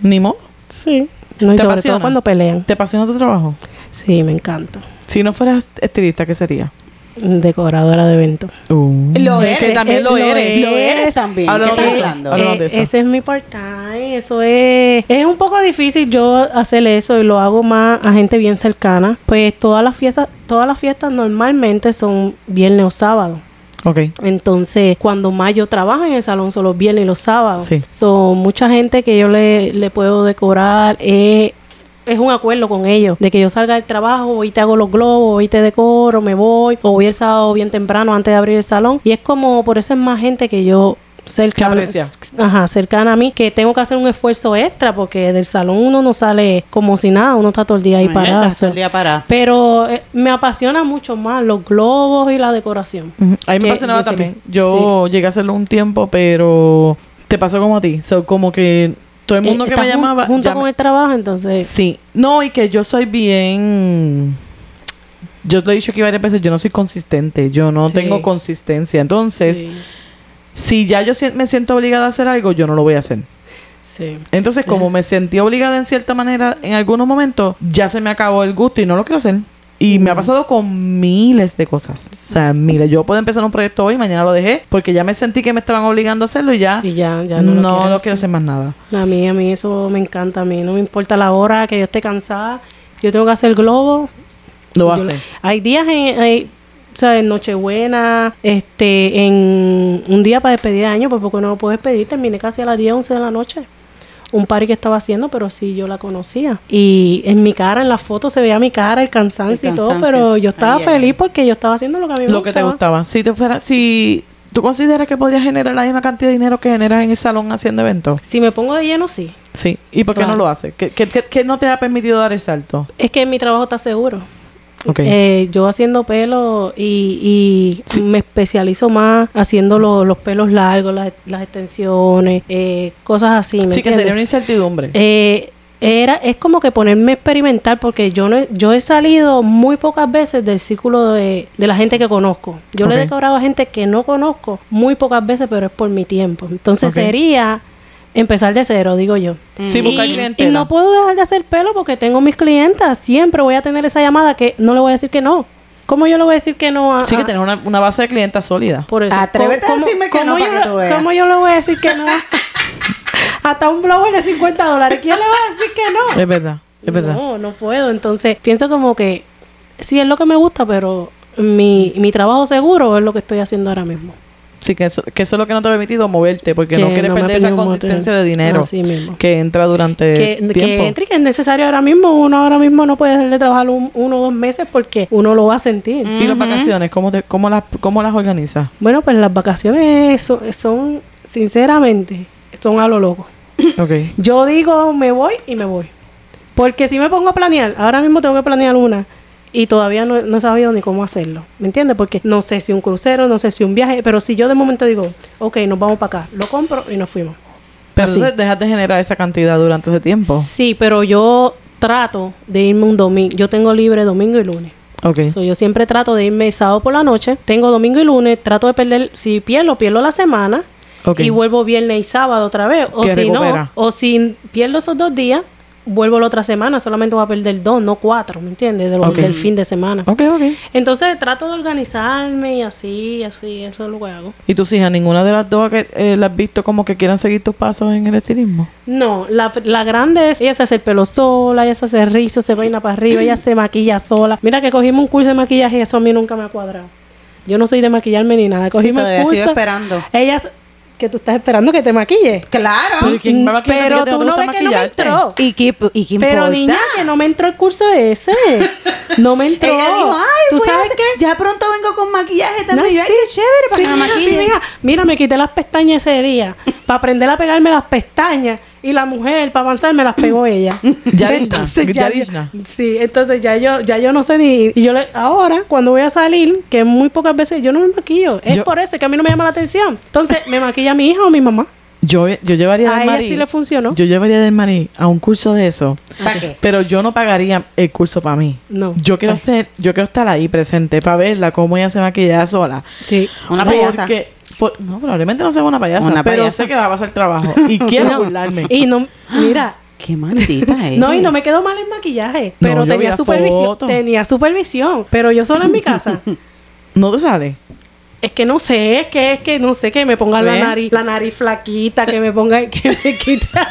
B: ni modo.
C: Sí. No, y
B: ¿Te
C: sobre
B: apasiona?
C: todo cuando pelean.
B: ¿Te apasiona tu trabajo?
C: Sí, me encanta.
B: Si no fueras estilista, ¿qué sería?
C: Decoradora de eventos. Uh.
A: Lo
B: Es que
A: eres.
B: también lo
A: Eh,
B: eres.
A: Lo eres también.
B: Hablamos
A: ¿Qué
B: de
A: estás
B: eso.
A: hablando?
B: Hablamos
C: Eh,
B: de eso.
C: Ese es mi part-time. Eso es... Es un poco difícil yo hacer eso y lo hago más a gente bien cercana. Pues todas las fiestas, todas las fiestas normalmente son viernes o sábado.
B: Ok.
C: Entonces, cuando más yo trabajo en el salón son los viernes y los sábados.
B: Sí.
C: Son mucha gente que yo le, le puedo decorar. eh, es un acuerdo con ellos, de que yo salga del trabajo, hoy te hago los globos, hoy te decoro, me voy, o voy el sábado bien temprano antes de abrir el salón. Y es como, por eso es más gente que yo cercana,
B: aprecia.
C: ajá, cercana a mí, que tengo que hacer un esfuerzo extra, porque del salón uno no sale como si nada, uno está todo el día ahí
A: Imagínate,
C: parado.
A: hasta el día parado.
C: Pero eh, me apasiona mucho más los globos y la decoración.
B: Ujú. A mí me
C: Que-
B: apasionaba
C: que sería-
B: también. Yo llegué a hacerlo un tiempo, pero te pasó como a ti. So, como que todo el mundo
C: Eh,
B: que
C: está
B: me
C: jun-
B: llamaba.
C: Junto
B: ya me-
C: con el trabajo, entonces.
B: Sí, no, y que yo soy bien. Yo te lo he dicho aquí varias veces, yo no soy consistente, yo no
C: Sí.
B: tengo consistencia. Entonces,
C: sí,
B: si ya yo si- me siento obligada a hacer algo, yo no lo voy a hacer.
C: sí.
B: Entonces, como me sentí obligada en cierta manera en algunos momentos, ya se me acabó el gusto y no lo quiero hacer. Y me ha pasado con miles de cosas. O sea, miles. Yo puedo empezar un proyecto hoy, mañana lo dejé, porque ya me sentí que me estaban obligando a hacerlo y ya,
C: Y ya, ya
B: no,
C: no,
B: lo quiero,
C: hacer.
B: hacer más nada.
C: A mí, a mí eso me encanta. A mí no me importa la hora que yo esté cansada. Yo tengo que hacer globo.
B: Lo voy a
C: yo lo-
B: hacer.
C: Hay días en. Hay, o sea, en Nochebuena, este, en un día para despedir de año, pues porque no lo puedo despedir, terminé casi a las 10, 11 de la noche. Un party que estaba haciendo, pero sí yo la conocía. Y en mi cara, en la foto, se veía mi cara, el cansancio,
A: El
C: y todo,
A: cansancio.
C: pero yo estaba
A: Ay, ay,
C: feliz
A: ay.
C: porque yo estaba haciendo lo que a mí me
B: lo que te gustaba. Si te fuera, si tú consideras que podrías generar la misma cantidad de dinero que generas en el salón haciendo eventos.
C: Si me pongo de lleno, sí.
B: Sí. ¿Y por qué
C: Claro.
B: no lo haces? ¿Qué, qué, qué- qué no te ha permitido dar el salto?
C: Es que mi trabajo está seguro.
B: Ok.
C: Eh, yo haciendo pelo y, y me especializo más haciendo lo- los pelos largos, las, las extensiones, eh, cosas así. ¿me
B: sí, que sería una
C: entiendes?
B: incertidumbre.
C: Eh, era, es como que ponerme a experimentar porque yo no he- yo he salido muy pocas veces del círculo de, de la gente que conozco. Yo le he
B: Ok.
C: decorado a gente que no conozco muy pocas veces, pero es por mi tiempo. Entonces
B: Ok.
C: sería empezar de cero, digo yo.
A: Mm.
B: sí, buscar
C: Y- y,
B: clientela.
C: no puedo dejar de hacer pelo porque tengo mis clientas. Siempre voy a tener esa llamada que no le voy a decir que no. ¿Cómo yo le voy a decir que no a.?
B: sí, que
C: a-
B: tener una, una base de clientes sólida.
C: Por eso.
A: Atrévete a
C: ¿Cómo-
A: decirme que
C: cómo
A: no
C: yo
A: para que
C: le-
A: tú veas?
C: ¿Cómo yo le voy a decir que no? Hasta un blower de 50 dólares. ¿Quién le va a decir que no?
B: Es verdad, es verdad.
C: Pues, No, no puedo. Entonces, pienso como que sí es lo que me gusta, pero mi, mi trabajo seguro es lo que estoy haciendo ahora mismo.
B: Sí, que eso, que eso es lo que no te ha permitido moverte, porque no quieres
C: me
B: perder
C: ha
B: esa
C: pedido un
B: consistencia
C: motel.
B: de dinero
C: Así mismo.
B: que entra durante
C: que,
B: el
C: que
B: Eh, tiempo.
C: entre y que es necesario ahora mismo. Uno ahora mismo no puede dejar de trabajar un- uno o dos meses porque uno lo va a sentir.
B: ¿Y las vacaciones? ¿Cómo, te, cómo, las, ¿Cómo las organizas?
C: Bueno, pues las vacaciones son, son, sinceramente, son a lo loco.
B: ok.
C: Yo digo, me voy y me voy. Porque si me pongo a planear, ahora mismo tengo que planear una y todavía no, no he sabido ni cómo hacerlo. ¿Me entiendes? Porque no sé si un crucero, no sé si un viaje, pero si yo de momento digo, ok, nos vamos para acá, lo compro y nos fuimos.
B: Pero
C: Así.
B: entonces dejas de generar esa cantidad durante ese tiempo.
C: Sí, pero yo trato de irme un domingo. Yo tengo libre domingo y lunes.
B: Ok.
C: So, yo siempre trato de irme el sábado por la noche. Tengo domingo y lunes. Trato de perder. Si pierdo, pierdo la semana.
B: Ok.
C: Y vuelvo viernes y sábado otra vez. O
B: Que
C: si
B: recupera.
C: no, o si pierdo esos dos días, vuelvo la otra semana. Solamente voy a perder dos, no cuatro, ¿me entiendes? De lo-
B: Ok.
C: Del fin de semana.
B: ok, ok.
C: Entonces trato de organizarme y así, así. Eso es lo que hago.
B: ¿Y tus hijas, ninguna de las dos que eh, las has visto como que quieran seguir tus pasos en el estilismo?
C: No, la, la grande es, ella se hace el pelo sola, ella se hace rizo, se peina para arriba, ella se maquilla sola. Mira que cogimos un curso de maquillaje y eso a mí nunca me ha cuadrado. Yo no soy de maquillarme ni nada, cogimos
A: todavía
C: el
A: sigo
C: curso.
A: esperando.
C: Ellas, que tú estás esperando que te maquille.
A: Claro.
B: ¿quién va a maquillarte
C: Pero
B: que no te
C: tú no
B: gusta
C: ves que no me
B: maquillarte?
C: entró.
A: ¿Y qué, y qué
C: Pero
A: importa?
C: niña, que no me entró el curso ese. No me entró.
A: Ella dijo, ay, pues,
C: ¿Tú
A: voy a
C: sabes
A: hacer-
C: qué?
A: Ya pronto vengo con maquillaje
C: No,
A: también. Yo,
C: sí.
A: ay, qué chévere para
C: Sí,
A: que me
C: mira, sí,
A: maquille.
C: mira. Mira, me quité las pestañas ese día. Para aprender a pegarme las pestañas. Y la mujer, para avanzar, me las pegó ella.
B: Yarishna,
C: ya,
B: Yarishna.
C: yo- sí, entonces ya yo, ya yo no sé ni. Y yo le- ahora, cuando voy a salir, que muy pocas veces yo no me maquillo. Es
B: Yo-
C: por eso que a mí no me llama la atención. Entonces, me maquilla mi hija o mi mamá.
B: Yo, yo llevaría
C: A
B: del
C: ella
B: marí.
C: sí le funcionó.
B: Yo llevaría del marí a un curso de eso.
A: ¿Para qué?
B: Pero yo no pagaría el curso para mí.
C: No.
B: Yo quiero
C: Ay.
B: ser, yo quiero estar ahí presente para verla cómo ella se maquilla sola.
C: Sí.
A: Una payasa.
B: Porque, por- no, probablemente no sea una payasa,
A: Una
B: pero
A: payasa.
B: sé que va a pasar trabajo y quiero
C: No.
B: burlarme.
C: Y no, mira,
A: Qué maldita es.
C: No, y no me quedó mal el maquillaje,
B: No,
C: pero
B: yo vi
C: tenía
B: la
C: supervisión,
B: foto.
C: tenía supervisión, pero yo sola en mi casa.
B: No te sale.
C: Es que no sé, es que es que no sé que me pongan la
B: ¿Ves?
C: nariz, la nariz flaquita, que me pongan que me quita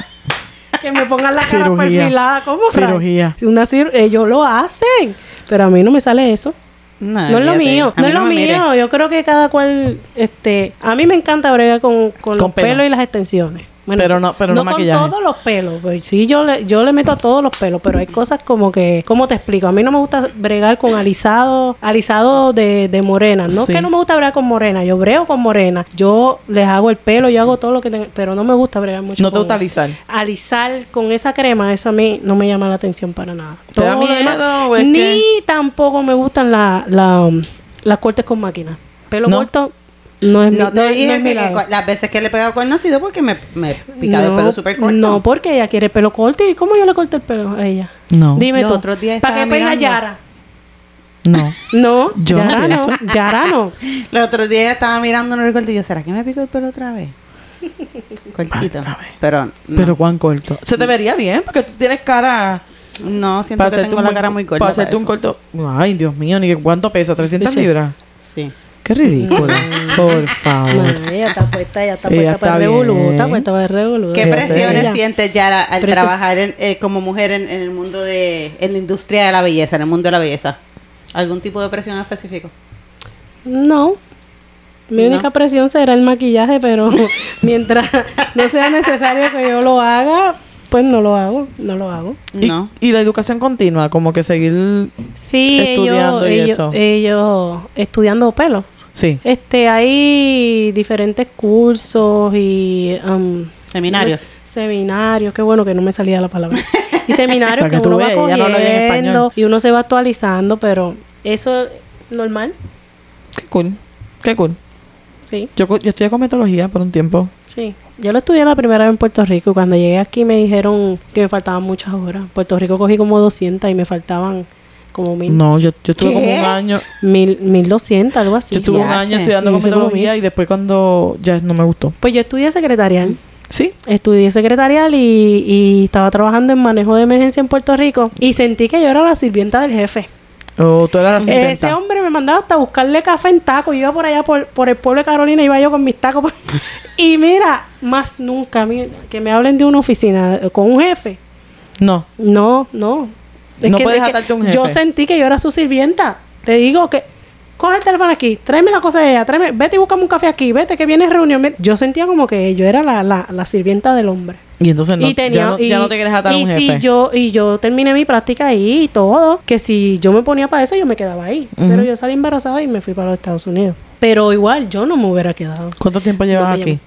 C: que me pongan la cara
B: Cirugía.
C: perfilada, ¿cómo? Fran?
B: Cirugía.
C: Una cir- ellos lo hacen, pero a mí no me sale eso. No es lo
A: olvídate.
C: mío,
A: A
C: no
A: mí
C: es lo
A: me mire.
C: mío. Yo creo que cada cual, este, a mí me encanta bregar con,
B: Con
C: con, los
B: pelo.
C: pelos y las extensiones.
B: Pero no- pero no
C: con
B: maquillaje.
C: todos los pelos. pues, sí, yo le, yo le meto a todos los pelos, pero hay cosas como que, ¿cómo te explico? A mí no me gusta bregar con alisado, alisado de, de morena. No
B: Sí.
C: es que no me gusta bregar con morena, yo brego con morena. Yo les hago el pelo, yo hago todo lo que tenga, pero no me gusta bregar mucho.
B: No te
C: con-
B: gusta alisar.
C: Alisar con esa crema, eso a mí no me llama la atención para nada.
B: ¿Te da
C: Todo lo
B: miedo
C: demás-
B: o es
C: Ni
B: que-
C: tampoco me gustan la, la, um, las cortes con máquina. Pelo
B: ¿No?
C: corto no es mi,
A: No te dije
C: es mi
A: que- que
C: lado.
A: cu- las veces que le he pegado cuerno ha sido porque me, me he picado el pelo súper corto.
C: No, porque ella quiere pelo corto. ¿Y cómo yo le corté el pelo a ella?
B: No.
C: Dime
A: Los
C: tú.
A: otros días
C: ¿Para qué
A: estaba
C: peina
A: mirando.
C: Yara?
B: No.
C: No,
B: Yo no
C: Yara no.
B: pienso.
C: Yara no.
A: Los otros días estaba mirando en el corte y yo, ¿será que me picó el pelo otra vez? Cortito.
B: Otra vez.
A: Pero no,
B: Pero cuán corto. Se te vería bien porque tú tienes cara.
A: no siento
B: para
A: que
B: hacerte
A: tengo
B: un
A: la
B: buen-
A: cara muy corta.
B: Para hacerte un
A: eso.
B: corto. Ay, Dios mío, ni que cuánto pesa, 300
C: Sí, sí.
B: libras.
A: Sí.
B: Qué ridículo. Por
C: No,
B: favor.
C: ella está puesta, ella está
B: Ella
C: puesta para
B: está
C: el revolú.
B: bien.
C: Está puesta para el revolú.
A: ¿Qué
B: Ella
A: presiones
B: sería.
A: sientes, Yara, al
C: Presi-
A: trabajar en- eh, como mujer en, en el mundo de... en la industria de la belleza, en el mundo de la belleza? ¿Algún tipo de presión específico?
C: No. Mi
A: No.
C: única presión será el maquillaje, pero mientras no sea necesario que yo lo haga, pues no lo hago, no lo hago.
B: Y,
A: No.
B: y la educación continua, como que seguir.
C: Sí,
B: Estudiando y
C: ellos,
B: eso.
C: ellos, ellos estudiando pelo.
B: Sí.
C: Este, hay diferentes cursos y am,
A: Seminarios.
C: Seminarios, qué bueno que no me salía la palabra. Y seminarios
B: Para
C: que,
B: que tú
C: uno va
B: veas, ella no habla bien
C: cogiendo
B: español.
C: y uno se va actualizando, pero eso es normal,
B: Qué cool. Qué cool.
C: sí.
B: Yo, co- yo estudié cosmetología por un tiempo.
C: Sí, yo lo estudié la primera vez en Puerto Rico. y Cuando llegué aquí me dijeron que me faltaban muchas horas. En Puerto Rico cogí como 200 y me faltaban como mil,
B: No, yo, yo estuve
A: ¿Qué?
B: como un año.
C: mil, 1200, algo así.
B: yo estuve un
A: ya
B: año
A: sé.
B: estudiando
C: Y yo sé cómo
B: cosmetología y después cuando ya no me gustó.
C: Pues yo estudié secretarial.
B: Sí.
C: Estudié secretarial y, y estaba trabajando en manejo de emergencia en Puerto Rico y sentí que yo era la sirvienta del jefe.
B: O tú eras la asistenta.
C: Ese hombre me mandaba hasta buscarle café en taco. Yo iba por allá, por, por el pueblo de Carolina, iba yo con mis tacos. por- y mira, más nunca mi- que me hablen de una oficina eh, con un jefe.
B: No.
C: No, no.
B: No puedes atarte a un jefe.
C: Yo sentí que yo era su sirvienta. Te digo que coge el teléfono aquí, tráeme la cosa de ella, tráeme, vete y búscame un café aquí, vete que viene reunión. Mira, Yo sentía como que yo era la, la, la sirvienta del hombre.
B: Y entonces no,
C: y tenía,
B: ya, no, ya
C: y-
B: no te quieres atar a
C: y
B: un
C: si
B: jefe.
C: yo y yo terminé mi práctica ahí y todo que si yo me ponía para eso yo me quedaba ahí
B: Ujú.
C: pero yo salí embarazada y me fui para los Estados Unidos pero igual yo no me hubiera quedado
B: ¿Cuánto tiempo
C: No
B: llevas
C: me
B: aquí?
C: llamé.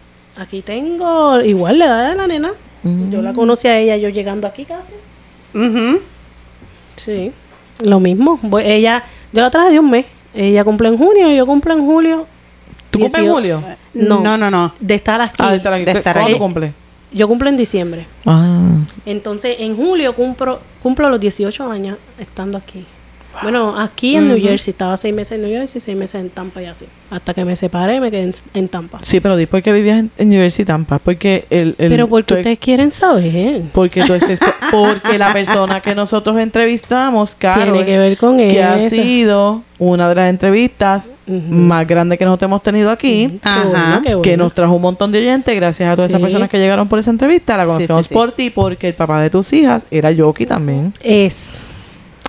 C: aquí tengo igual la edad de la nena
B: Mm.
C: yo la conocí a ella yo llegando aquí casi
A: Ujú.
C: sí lo mismo Voy- ella yo la traje de un mes ella cumple en junio yo cumplo en julio
B: ¿Tú cumples en
C: 18.
B: julio?
C: no
A: No, no, no.
C: de estar aquí
B: Ah, de estar aquí.
A: De estar
B: ¿Cuándo
A: aquí.
B: tú cumples?
C: yo cumplo en diciembre
B: Ah.
C: Entonces, en julio cumplo, cumplo los 18 años estando aquí. Bueno, aquí en New Jersey. Estaba seis meses en New Jersey, seis meses en Tampa y así. Hasta que me separé y me quedé en, en Tampa.
B: Sí, pero di por qué vivías en, en University Tampa. Porque el, el-
C: Pero porque
B: tu ex-
C: ustedes quieren saber.
B: Porque tu ex esp- porque la persona que nosotros entrevistamos, Carol,
C: Tiene que ver con
B: que ha
C: eso.
B: sido una de las entrevistas más grandes que nosotros hemos tenido aquí.
C: Qué bueno,
A: Ajá.
C: qué bueno.
B: que nos trajo un montón de oyentes gracias a todas esas
C: Sí.
B: personas que llegaron por esa entrevista. La
A: Sí,
B: conocemos
A: sí, sí.
B: por ti porque el papá de tus hijas era Yoki también.
C: Es.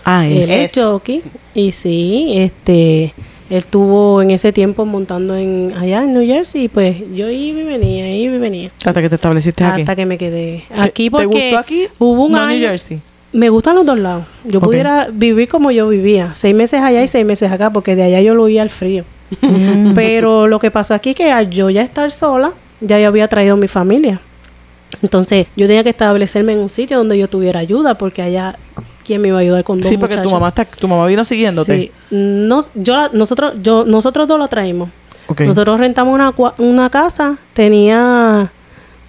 B: Ah,
C: Él
B: es.
C: es
A: Eso,
C: jockey.
A: sí.
C: Y sí, este... Él estuvo en ese tiempo montando en allá en New Jersey y pues yo iba y venía, iba y venía.
B: Hasta que te estableciste aquí.
C: Hasta que me quedé
B: ¿Te-
C: aquí porque
B: ¿Te gustó aquí?
C: hubo un
B: no,
C: año
B: New Jersey.
C: Me gustan los dos lados. Yo
B: Ok.
C: pudiera vivir como yo vivía, seis meses allá y seis meses acá, porque de allá yo lo huía al frío. Mm. Pero lo que pasó aquí que al yo ya estar sola, ya yo había traído mi familia. Entonces yo tenía que establecerme en un sitio donde yo tuviera ayuda, porque allá quién me iba a ayudar con dos
B: Sí, porque tu
C: muchachas?
B: mamá está, tu mamá vino siguiéndote.
C: Sí. No, yo la- nosotros, yo, nosotros dos lo traímos.
B: Ok.
C: Nosotros rentamos una, cua- una casa, tenía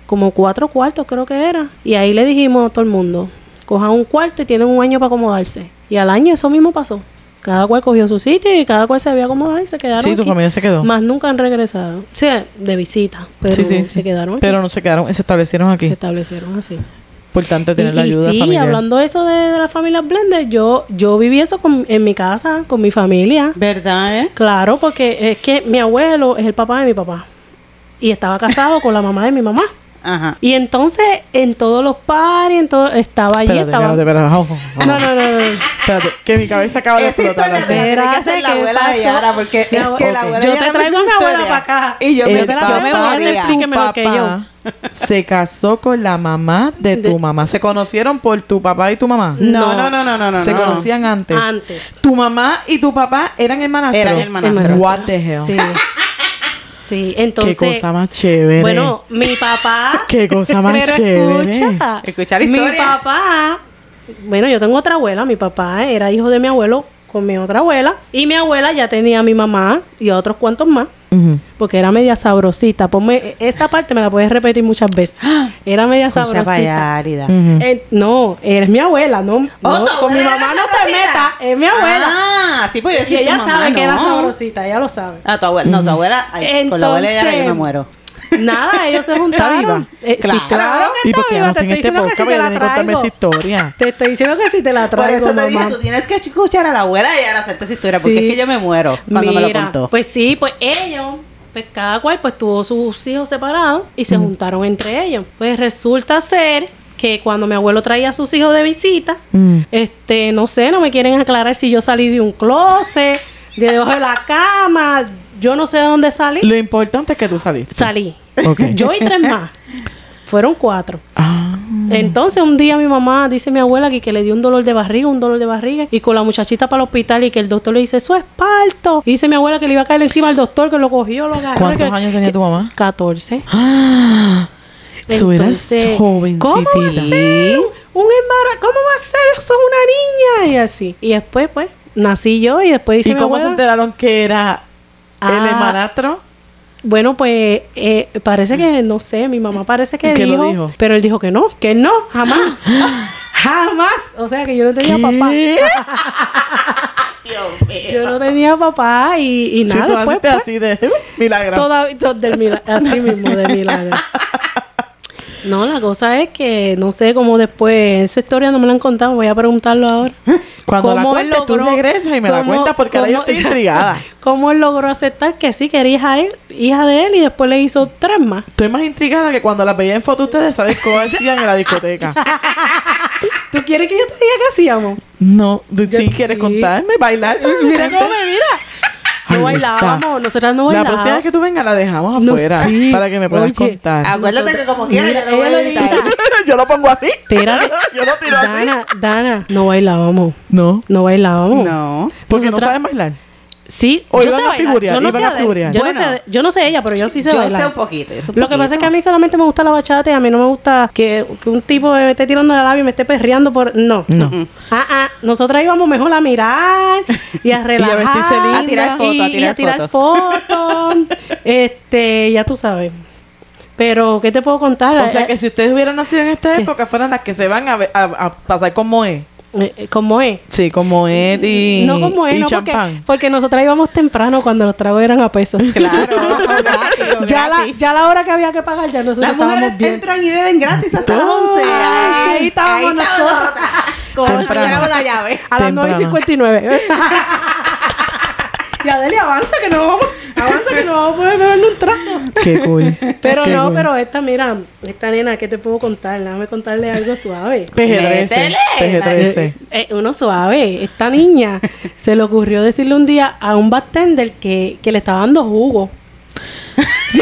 C: como cuatro cuartos, creo que era. Y ahí le dijimos a todo el mundo: cojan un cuarto y tienen un año para acomodarse. Y al año eso mismo pasó. Cada cual cogió su sitio y cada cual se había acomodado y se quedaron.
B: Sí, tu
C: aquí.
B: familia se quedó.
C: Más nunca han regresado. O sea, de visita, pero
B: sí, sí,
C: se
B: sí.
C: quedaron aquí.
B: Pero no se quedaron, se establecieron aquí.
C: Se establecieron así.
B: Importante tener
C: Y-
B: la
C: y
B: ayuda
C: sí,
B: familiar.
C: hablando eso de, de la familia Blender, yo, yo viví eso con- en mi casa, con mi familia.
A: ¿Verdad, eh?
C: Claro, porque es que mi abuelo es el papá de mi papá. Y estaba casado con la mamá de mi mamá.
A: Ajá.
C: Y entonces, en todos los pares, en todo, estaba allí,
B: Espérate,
C: estaba.
B: espérate, espérate, ojo, ojo.
C: No, no, no, no.
B: Espérate, que mi cabeza acaba de
A: Esa
B: explotar.
A: historia se la tiene que hacer la
C: Espérate, ¿qué
A: abuela de
C: pasó?
A: Yara, porque
C: Mi
A: es
C: abue-
A: que la
B: Ok.
A: abuela
C: Yo
A: Yara
C: te
A: me
C: traigo a mi
A: hizo
C: abuela
A: historia.
C: para acá.
A: Y yo me,
B: El
C: te la
A: yo
C: traigo
A: me
C: para acá,
A: moría.
C: explica- explíqueme lo que
B: papá se casó con la mamá de tu
C: De-
B: mamá. ¿Se conocieron por tu papá y tu mamá?
A: No, no, no, no, no, no.
B: se
A: no.
B: conocían antes.
C: Antes.
B: Tu mamá y tu papá eran hermanas.
A: Eran hermanastros.
B: What the hell.
C: Sí. Sí,
B: Qué
C: entonces.
B: cosa más chévere.
C: bueno, mi papá.
B: Qué cosa más
C: pero
B: chévere.
C: Escucha,
A: Escuchar
C: Mi
A: historia.
C: papá. Bueno, yo tengo otra abuela. Mi papá era hijo de mi abuelo con mi otra abuela. Y mi abuela ya tenía a mi mamá y a otros cuantos más.
B: Ujú.
C: Porque era media sabrosita. Ponme, esta parte me la puedes repetir muchas veces. Era media
A: Concha vaya
C: sabrosita.
A: árida.
B: Ujú.
C: Eh, no, eres mi abuela, no,
A: Oh,
C: no,
A: tu
C: con mi
A: abuela era
C: mamá no te
A: sabrosita.
C: metas, es mi abuela.
A: Ah, sí, pues yo
C: y
A: decía,
C: ella
A: tu mamá
C: sabe que era
A: no.
C: sabrosita, ella lo sabe.
A: Ah, tu abuela, no, su abuela, ay, con la abuela de Yara yo me
C: Entonces,
A: muero.
C: Nada, ellos se juntaron.
B: viva?
C: Eh, sí,
A: Claro.
C: claro que
B: ¿Y
C: está
B: por qué
C: viva,
B: no
C: te
B: en este
C: estoy diciendo que
B: podcast?
C: si
B: Porque
C: te
B: yo
C: la
B: tengo que contarme esa
C: traigo.
B: historia.
C: Te estoy diciendo que si te la
A: Por
C: traigo,
A: eso te dije,
C: mamá.
A: tú tienes que escuchar a la abuela de Yara hacerte esa historia, porque
C: Sí.
A: es que yo me muero cuando me lo
C: Mira,
A: contó.
C: Pues sí, pues ellos, pues cada cual pues tuvo sus hijos separados y se juntaron entre ellos. Pues resulta ser que cuando mi abuelo traía a sus hijos de visita,
B: Mm.
C: este, no sé, no me quieren aclarar si yo salí de un closet, de debajo de la cama, yo no sé de dónde salí.
B: Lo importante es que tú saliste.
C: salí.
B: Ok.
C: Yo y tres más. Fueron cuatro.
B: Ah.
C: Entonces un día mi mamá dice mi abuela que, que le dio un dolor de barriga, un dolor de barriga, y con la muchachita para el hospital y que el doctor le dice, eso es parto. Y dice mi abuela que le iba a caer encima al doctor, que lo cogió, lo agarró.
B: ¿Cuántos
C: que-
B: años tenía
C: que-
B: tu mamá?
C: 14.
B: Ah, Tú eras
C: Entonces, ¿cómo va a
B: jovencita.
C: ser un embarazo? ¿Cómo va a ser? Eso es una niña. Y así. Y después, pues, nací yo y después dice
B: ¿Y
C: mi
B: cómo se
C: abuela,
B: enteraron que era el
C: Ah.
B: hermanastro?
C: Bueno, pues eh, parece que, no sé, mi mamá parece que,
B: ¿Que lo
C: dijo,
B: dijo?
C: Pero él dijo que no, que no, jamás. jamás. O sea que yo no tenía papá.
A: Dios mío.
C: Yo no tenía papá y, y
B: Si
C: nada.
B: tú
C: después,
B: haces
C: pues,
B: así de milagro.
C: todavía, yo- del mila- así mismo, de milagro. No, la cosa es que, no sé, cómo después, esa historia no me la han contado, voy a preguntarlo ahora.
B: Cuando la
C: ¿Cómo él
B: cuentes, tú
C: logró-
B: regresas y me la
C: cómo-
B: cuentas porque ahora yo
C: cómo-
B: estoy intrigada.
C: ¿Cómo él logró aceptar que sí, que era hija, él, hija de él y después le hizo tres más?
B: Estoy más intrigada que cuando las veía en foto ustedes, ¿sabes cuál hacían en la discoteca?
C: ¿Tú quieres que yo te diga qué hacíamos?
B: No, si quieres
C: sí.
B: contarme, bailar.
C: Mira cómo me mira. no
B: me gusta.
C: bailábamos, nosotras no
B: la
C: bailábamos.
B: próxima vez que tú vengas la dejamos
C: No,
B: afuera
C: sí.
B: para que me puedas
C: Oye.
B: contar.
A: ah, Acuérdate que como quiera
C: Mira,
A: yo lo voy a
C: ella
A: editar.
C: edita.
B: Yo lo pongo así.
C: Espérate.
B: Yo lo tiro así.
C: Dana, Dana, no bailábamos,
B: No,
C: no bailábamos.
A: No.
B: porque no
C: Nosotras-
B: saben bailar.
C: Sí,
B: O
C: yo
B: iban
C: sé
B: a
C: bailar,
B: figurear,
C: yo no
B: iban
C: sé
B: a
C: de-
B: figurear.
C: yo no
A: Bueno.
C: sé- Yo no sé ella, pero yo sí sé
A: Yo
C: bailar.
A: sé un poquito. yo sé un
C: Lo que pasa es que a
A: poquito.
C: mí solamente me gusta la bachata y a mí no me gusta que, que un tipo me esté tirando la labia y me esté perreando por... No.
B: No.
C: Ah, ah. Nosotras íbamos mejor a mirar y a relajar.
B: vestirse linda.
A: A tirar fotos, a
C: y- y
A: tirar
C: fotos. este, ya tú sabes. Pero, ¿qué te puedo contar?
B: O sea
C: Eh,
B: que si ustedes hubieran nacido en esta
C: ¿Qué?
B: época, fueran las que se van a, ver- a- a pasar como es.
C: eh, eh, ¿Cómo es?
B: Sí, como es y.
C: no como es,
B: y
C: no, porque,
B: champán.
C: porque nosotras íbamos temprano cuando los tragos eran a peso.
A: Claro, gratis,
C: ya, la,
A: gratis.
C: ya la hora que había que pagar, ya nosotros
A: Las mujeres
C: estábamos bien.
A: entran y beben gratis hasta las
C: Ah,
A: 11.
C: ahí estábamos nosotros.
A: Como si
B: Temprano.
A: tuviéramos la llave.
C: A las 9 y
B: Temprano.
C: 59. y Adeli, avanza que no vamos, avanza que no vamos a poder bebernos un trago.
B: Qué cool.
C: Pero
B: Qué
C: no,
B: cool.
C: pero esta, mira, esta nena, ¿qué te puedo contar? Déjame contarle algo suave.
B: PG-13.
A: Métele.
B: PG-13.
C: Eh, uno suave, esta niña se le ocurrió decirle un día a un bartender que, que le estaba dando jugo. Sí.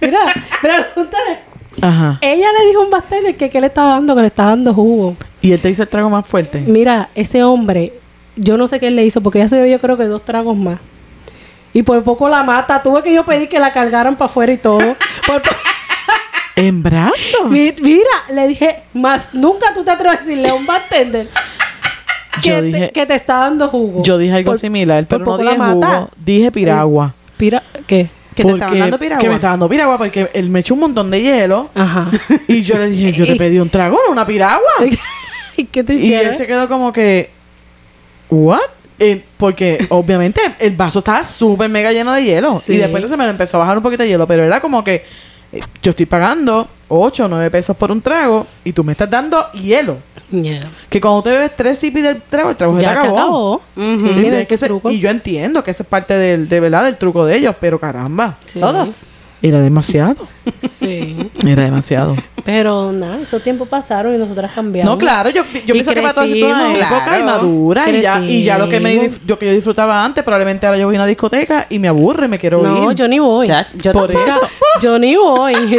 C: mira, pregúntale.
B: Ajá.
C: Ella le dijo a un bartender que, que le estaba dando, que le estaba dando jugo.
B: ¿Y él te hizo el trago más fuerte?
C: Mira, ese hombre, yo no sé qué él le hizo, porque ya se dio yo creo que dos tragos más. Y por poco la mata. Tuve que yo pedir que la cargaran para afuera y todo. Por po-
B: ¿En brazos?
C: Mi- mira, le dije, más nunca tú te atreves a decirle a un bartender que,
B: Yo
C: te-
B: dije-
C: que te está dando jugo.
B: Yo dije algo
C: Por-
B: similar, pero
C: por
B: no
C: poco la
B: dije
C: mata.
B: jugo, dije piragua.
C: Pira, ¿Qué?
A: Que te estaban
B: Porque-
A: dando piragua.
B: Que me estaban dando piragua porque él me echó un montón de hielo
C: Ajá.
B: y yo le dije, yo te pedí un trago, no una piragua.
C: ¿Y qué te
B: Y él
C: hicieron?
B: se quedó como que, ¿what? Eh, porque obviamente el vaso estaba súper mega lleno de hielo.
C: Sí.
B: Y después se me lo empezó a bajar un poquito de hielo. Pero era como que eh, yo estoy pagando 8 o 9 pesos por un trago y tú me estás dando hielo.
C: Yeah.
B: Que cuando te bebes tres sips del trago, el trago
C: Ya
B: te
C: se acabó.
A: Ujú.
C: Sí,
B: Y
C: tiene
B: tienes
C: su
B: que ser-
C: truco.
B: y yo entiendo que eso es parte del, de verdad del truco de ellos, pero caramba.
C: Sí.
A: Todos.
B: Era demasiado.
C: Sí.
B: Era demasiado.
C: Pero nada, esos tiempos pasaron y nosotras cambiamos.
B: no, claro, yo, yo
C: Y
B: pienso que para toda una
C: crecimos.
B: época
A: Claro.
B: y madura y ya, y ya lo que me
C: Crecimos.
B: dif- yo que yo disfrutaba antes, probablemente ahora yo voy a una discoteca y me aburre, me quiero
C: No,
B: ir.
C: yo ni voy.
A: Chach, yo
B: Por
A: tampoco.
B: eso.
C: Yo ni voy.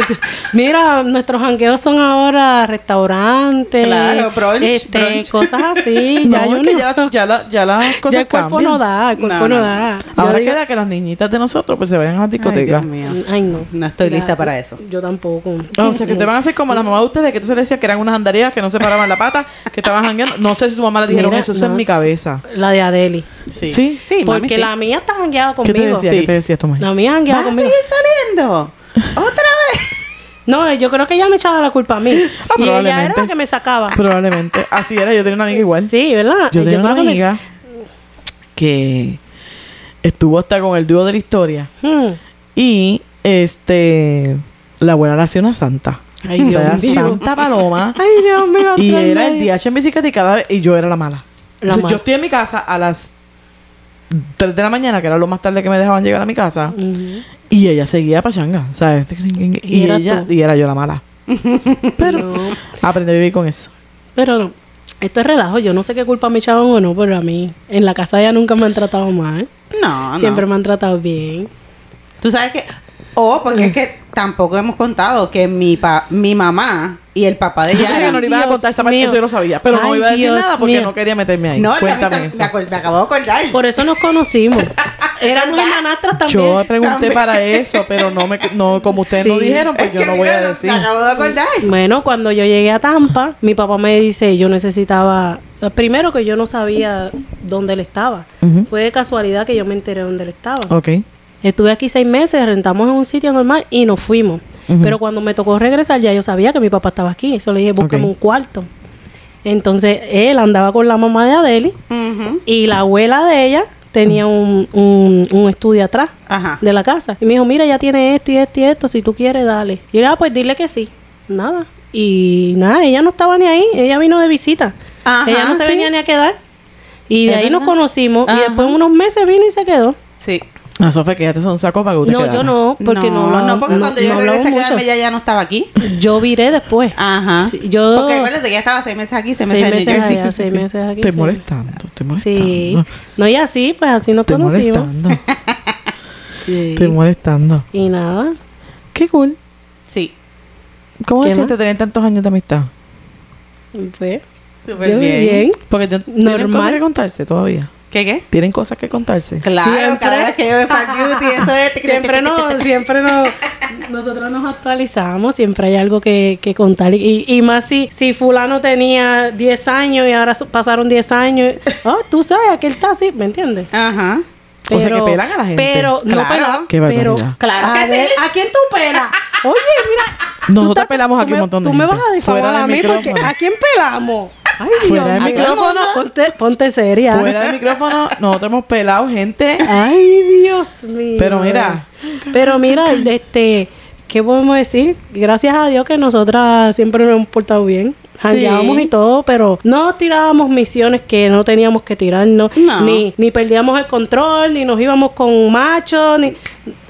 C: Mira, nuestros jangueos son ahora restaurantes.
A: Claro, brunch,
C: este,
A: brunch.
C: Cosas así.
B: No,
C: ya yo
B: es que
C: no-
B: ya, ya la- ya las cosas
C: ya el cuerpo
B: cambian.
C: no da, el
A: No,
C: cuerpo no,
A: no, no.
C: da. Yo
B: Ahora
C: digo,
B: queda que las niñitas de nosotros pues se vayan a las
A: Ay, Dios
B: discotecas.
A: mío.
C: Ay, no.
A: No estoy lista para eso.
C: Yo tampoco.
B: Ah, o sea, que te van a hacer como la mamá de ustedes, que tú se le decías que eran unas andarías, que no se paraban la pata, que estaban jangueando. No sé si su mamá le dijeron
C: Mira,
B: eso, eso
C: no,
B: es mi cabeza.
C: La de Adeli.
A: Sí.
B: Sí.
A: Sí, sí mami,
C: Porque
A: sí.
C: la mía está jangueada
B: ¿Qué te
C: conmigo.
B: decía?
A: Sí.
B: ¿Qué te decía tu madre?
C: La mía
A: ¿Vas
C: jangueada
A: a
C: conmigo.
A: seguir saliendo? ¿Otra vez?
C: No, yo creo que ella me echaba la culpa a mí. y ella
B: Ah,
C: era
B: probablemente.
C: la que me sacaba.
B: Probablemente. Así era, yo tenía una amiga igual.
C: Sí, ¿verdad?
B: Yo tenía una
C: creo que me-
B: amiga que estuvo hasta con el dúo de la historia.
C: Hmm.
B: Y este la abuela nació una santa.
C: Ay,
B: O sea,
C: Dios mío.
B: era Santa Paloma.
C: Ay, Dios mío.
B: y
C: otra
B: era
C: vez.
B: el DH en bicicleta y cada vez, y yo era la mala.
C: La
B: Entonces,
C: mala.
B: Yo estoy en mi casa a las 3 de la mañana, que era lo más tarde que me dejaban llegar a mi casa,
C: Ujú.
B: y ella seguía pachanga, ¿sabes? Y,
C: Y era
B: ella,
C: tú.
B: y era yo la mala. Pero
C: No.
B: aprendí a vivir con eso.
C: Pero no, esto es relajo. Yo no sé qué culpa me echaban o no, pero a mí en la casa ya nunca me han tratado mal.
A: Ah, No, no.
C: Siempre me han tratado bien.
A: Tú sabes que... O porque es que tampoco hemos contado que mi, pa- mi mamá y el papá de
B: Yo
A: ella
B: pensé que no
A: eran...
B: le iban a
C: Dios
B: contar esa parte,
C: mío.
B: eso yo lo sabía, pero no
C: Ay,
B: iba a decir
C: Dios
B: nada porque
C: mío.
B: no quería meterme ahí.
A: No, ya me,
B: Cuéntame
A: sab-
B: eso.
A: me, acuer- me acabo de acordar.
C: Por eso nos conocimos. Éramos
A: ¿Verdad?
C: hermanastras
B: Yo
C: también.
B: pregunté
A: También.
B: para eso, pero no me no como ustedes no
C: Sí.
B: dijeron, pues
A: Es
B: yo
A: que
B: no voy
A: mira,
B: a
A: me-
B: decir.
A: Me acabo de acordar.
C: Bueno, cuando yo llegué a Tampa, mi papá me dice, yo necesitaba, primero que yo no sabía dónde él estaba.
B: Ujú.
C: Fue de casualidad que yo me enteré dónde él estaba.
B: Ok.
C: Estuve aquí seis meses, rentamos en un sitio normal y nos fuimos.
B: Ujú.
C: Pero cuando me tocó regresar, ya yo sabía que mi papá estaba aquí. Eso le dije, búscame
B: Ok.
C: un cuarto. Entonces él andaba con la mamá de Adeli
A: Ujú.
C: y la abuela de ella tenía un, un, un estudio atrás
A: Ajá.
C: de la casa. Y me dijo, mira, ya tiene esto y esto y esto, si tú quieres, dale. Y yo, ah, pues dile que sí. Nada. Y nada, ella no estaba ni ahí, ella vino de visita.
A: Ajá,
C: ella no se
A: sí.
C: venía ni a quedar. Y de
A: Es
C: ahí nos
A: verdad.
C: conocimos
A: Ajá.
C: y después unos meses vino y se quedó.
A: Sí.
B: No, Sofía, que ya te son saco para que usted
C: No,
B: quedara.
C: yo no, porque no,
A: no,
C: hablaba-
A: no, porque
C: no-
A: cuando
C: no
A: yo
C: hablaba
A: regresé a quedarme
C: mucho.
A: ella ya Ah. no estaba aquí.
C: Yo viré después.
A: Ajá.
C: Sí, yo
A: Porque acuérdate que ella estaba seis meses aquí, seis
C: seis
A: meses en New
C: meses
A: Jersey.
C: allá, seis meses aquí.
B: Te
C: sí.
B: molestando, te molestando.
C: Sí. No, y así, pues así nos
B: Te
C: conocimos.
B: molestando,
C: Sí.
B: te molestando.
C: Y nada.
B: Qué cool.
A: Sí,
B: ¿Cómo
C: ¿Qué
B: se
C: más?
B: siente tener tantos años de amistad?
C: Pues,
A: súper
C: yo
A: bien.
C: bien.
B: Porque te- tienen
C: Normal.
B: cosas que contarse todavía.
A: ¿Qué qué?
B: Tienen cosas que contarse.
A: Claro, cada
C: Siempre.
A: vez que yo veo Fat Beauty, eso es... este
C: Siempre no, siempre no. Nosotros nos actualizamos, siempre hay algo que, que contar. Y, y más si, si fulano tenía 10 años y ahora so- pasaron 10 años. Ah, tú sabes, aquel está así, ¿me entiendes?
A: Ajá.
B: O sea, que pelan a la gente.
C: Pero,
A: Claro.
C: no pelan,
B: Qué
C: pero,
B: barbaridad.
A: Claro que
C: a ver,
A: sí.
C: ¿a quién tú pelas? Oye, mira. tú
B: Nosotros
C: estás-
B: pelamos
C: tú
B: aquí
C: me-
B: un montón de
C: Tú me
B: gente.
C: vas a difamar
B: Fuera del
C: a mí porque
B: micrófono.
C: ¿a quién pelamos? Ay,
B: Fuera
C: Dios
B: del
C: mío.
A: micrófono.
C: Ponte, ponte seria.
B: Fuera del micrófono, nosotros hemos pelado gente.
C: Ay, Dios mío.
B: Pero mira.
C: Pero mira, este, ¿qué podemos decir? Gracias a Dios que nosotras siempre nos hemos portado bien. Jangueábamos y todo, pero no tirábamos misiones que no teníamos que tirarnos,
A: No.
C: ni, ni perdíamos el control, ni nos íbamos con machos, ni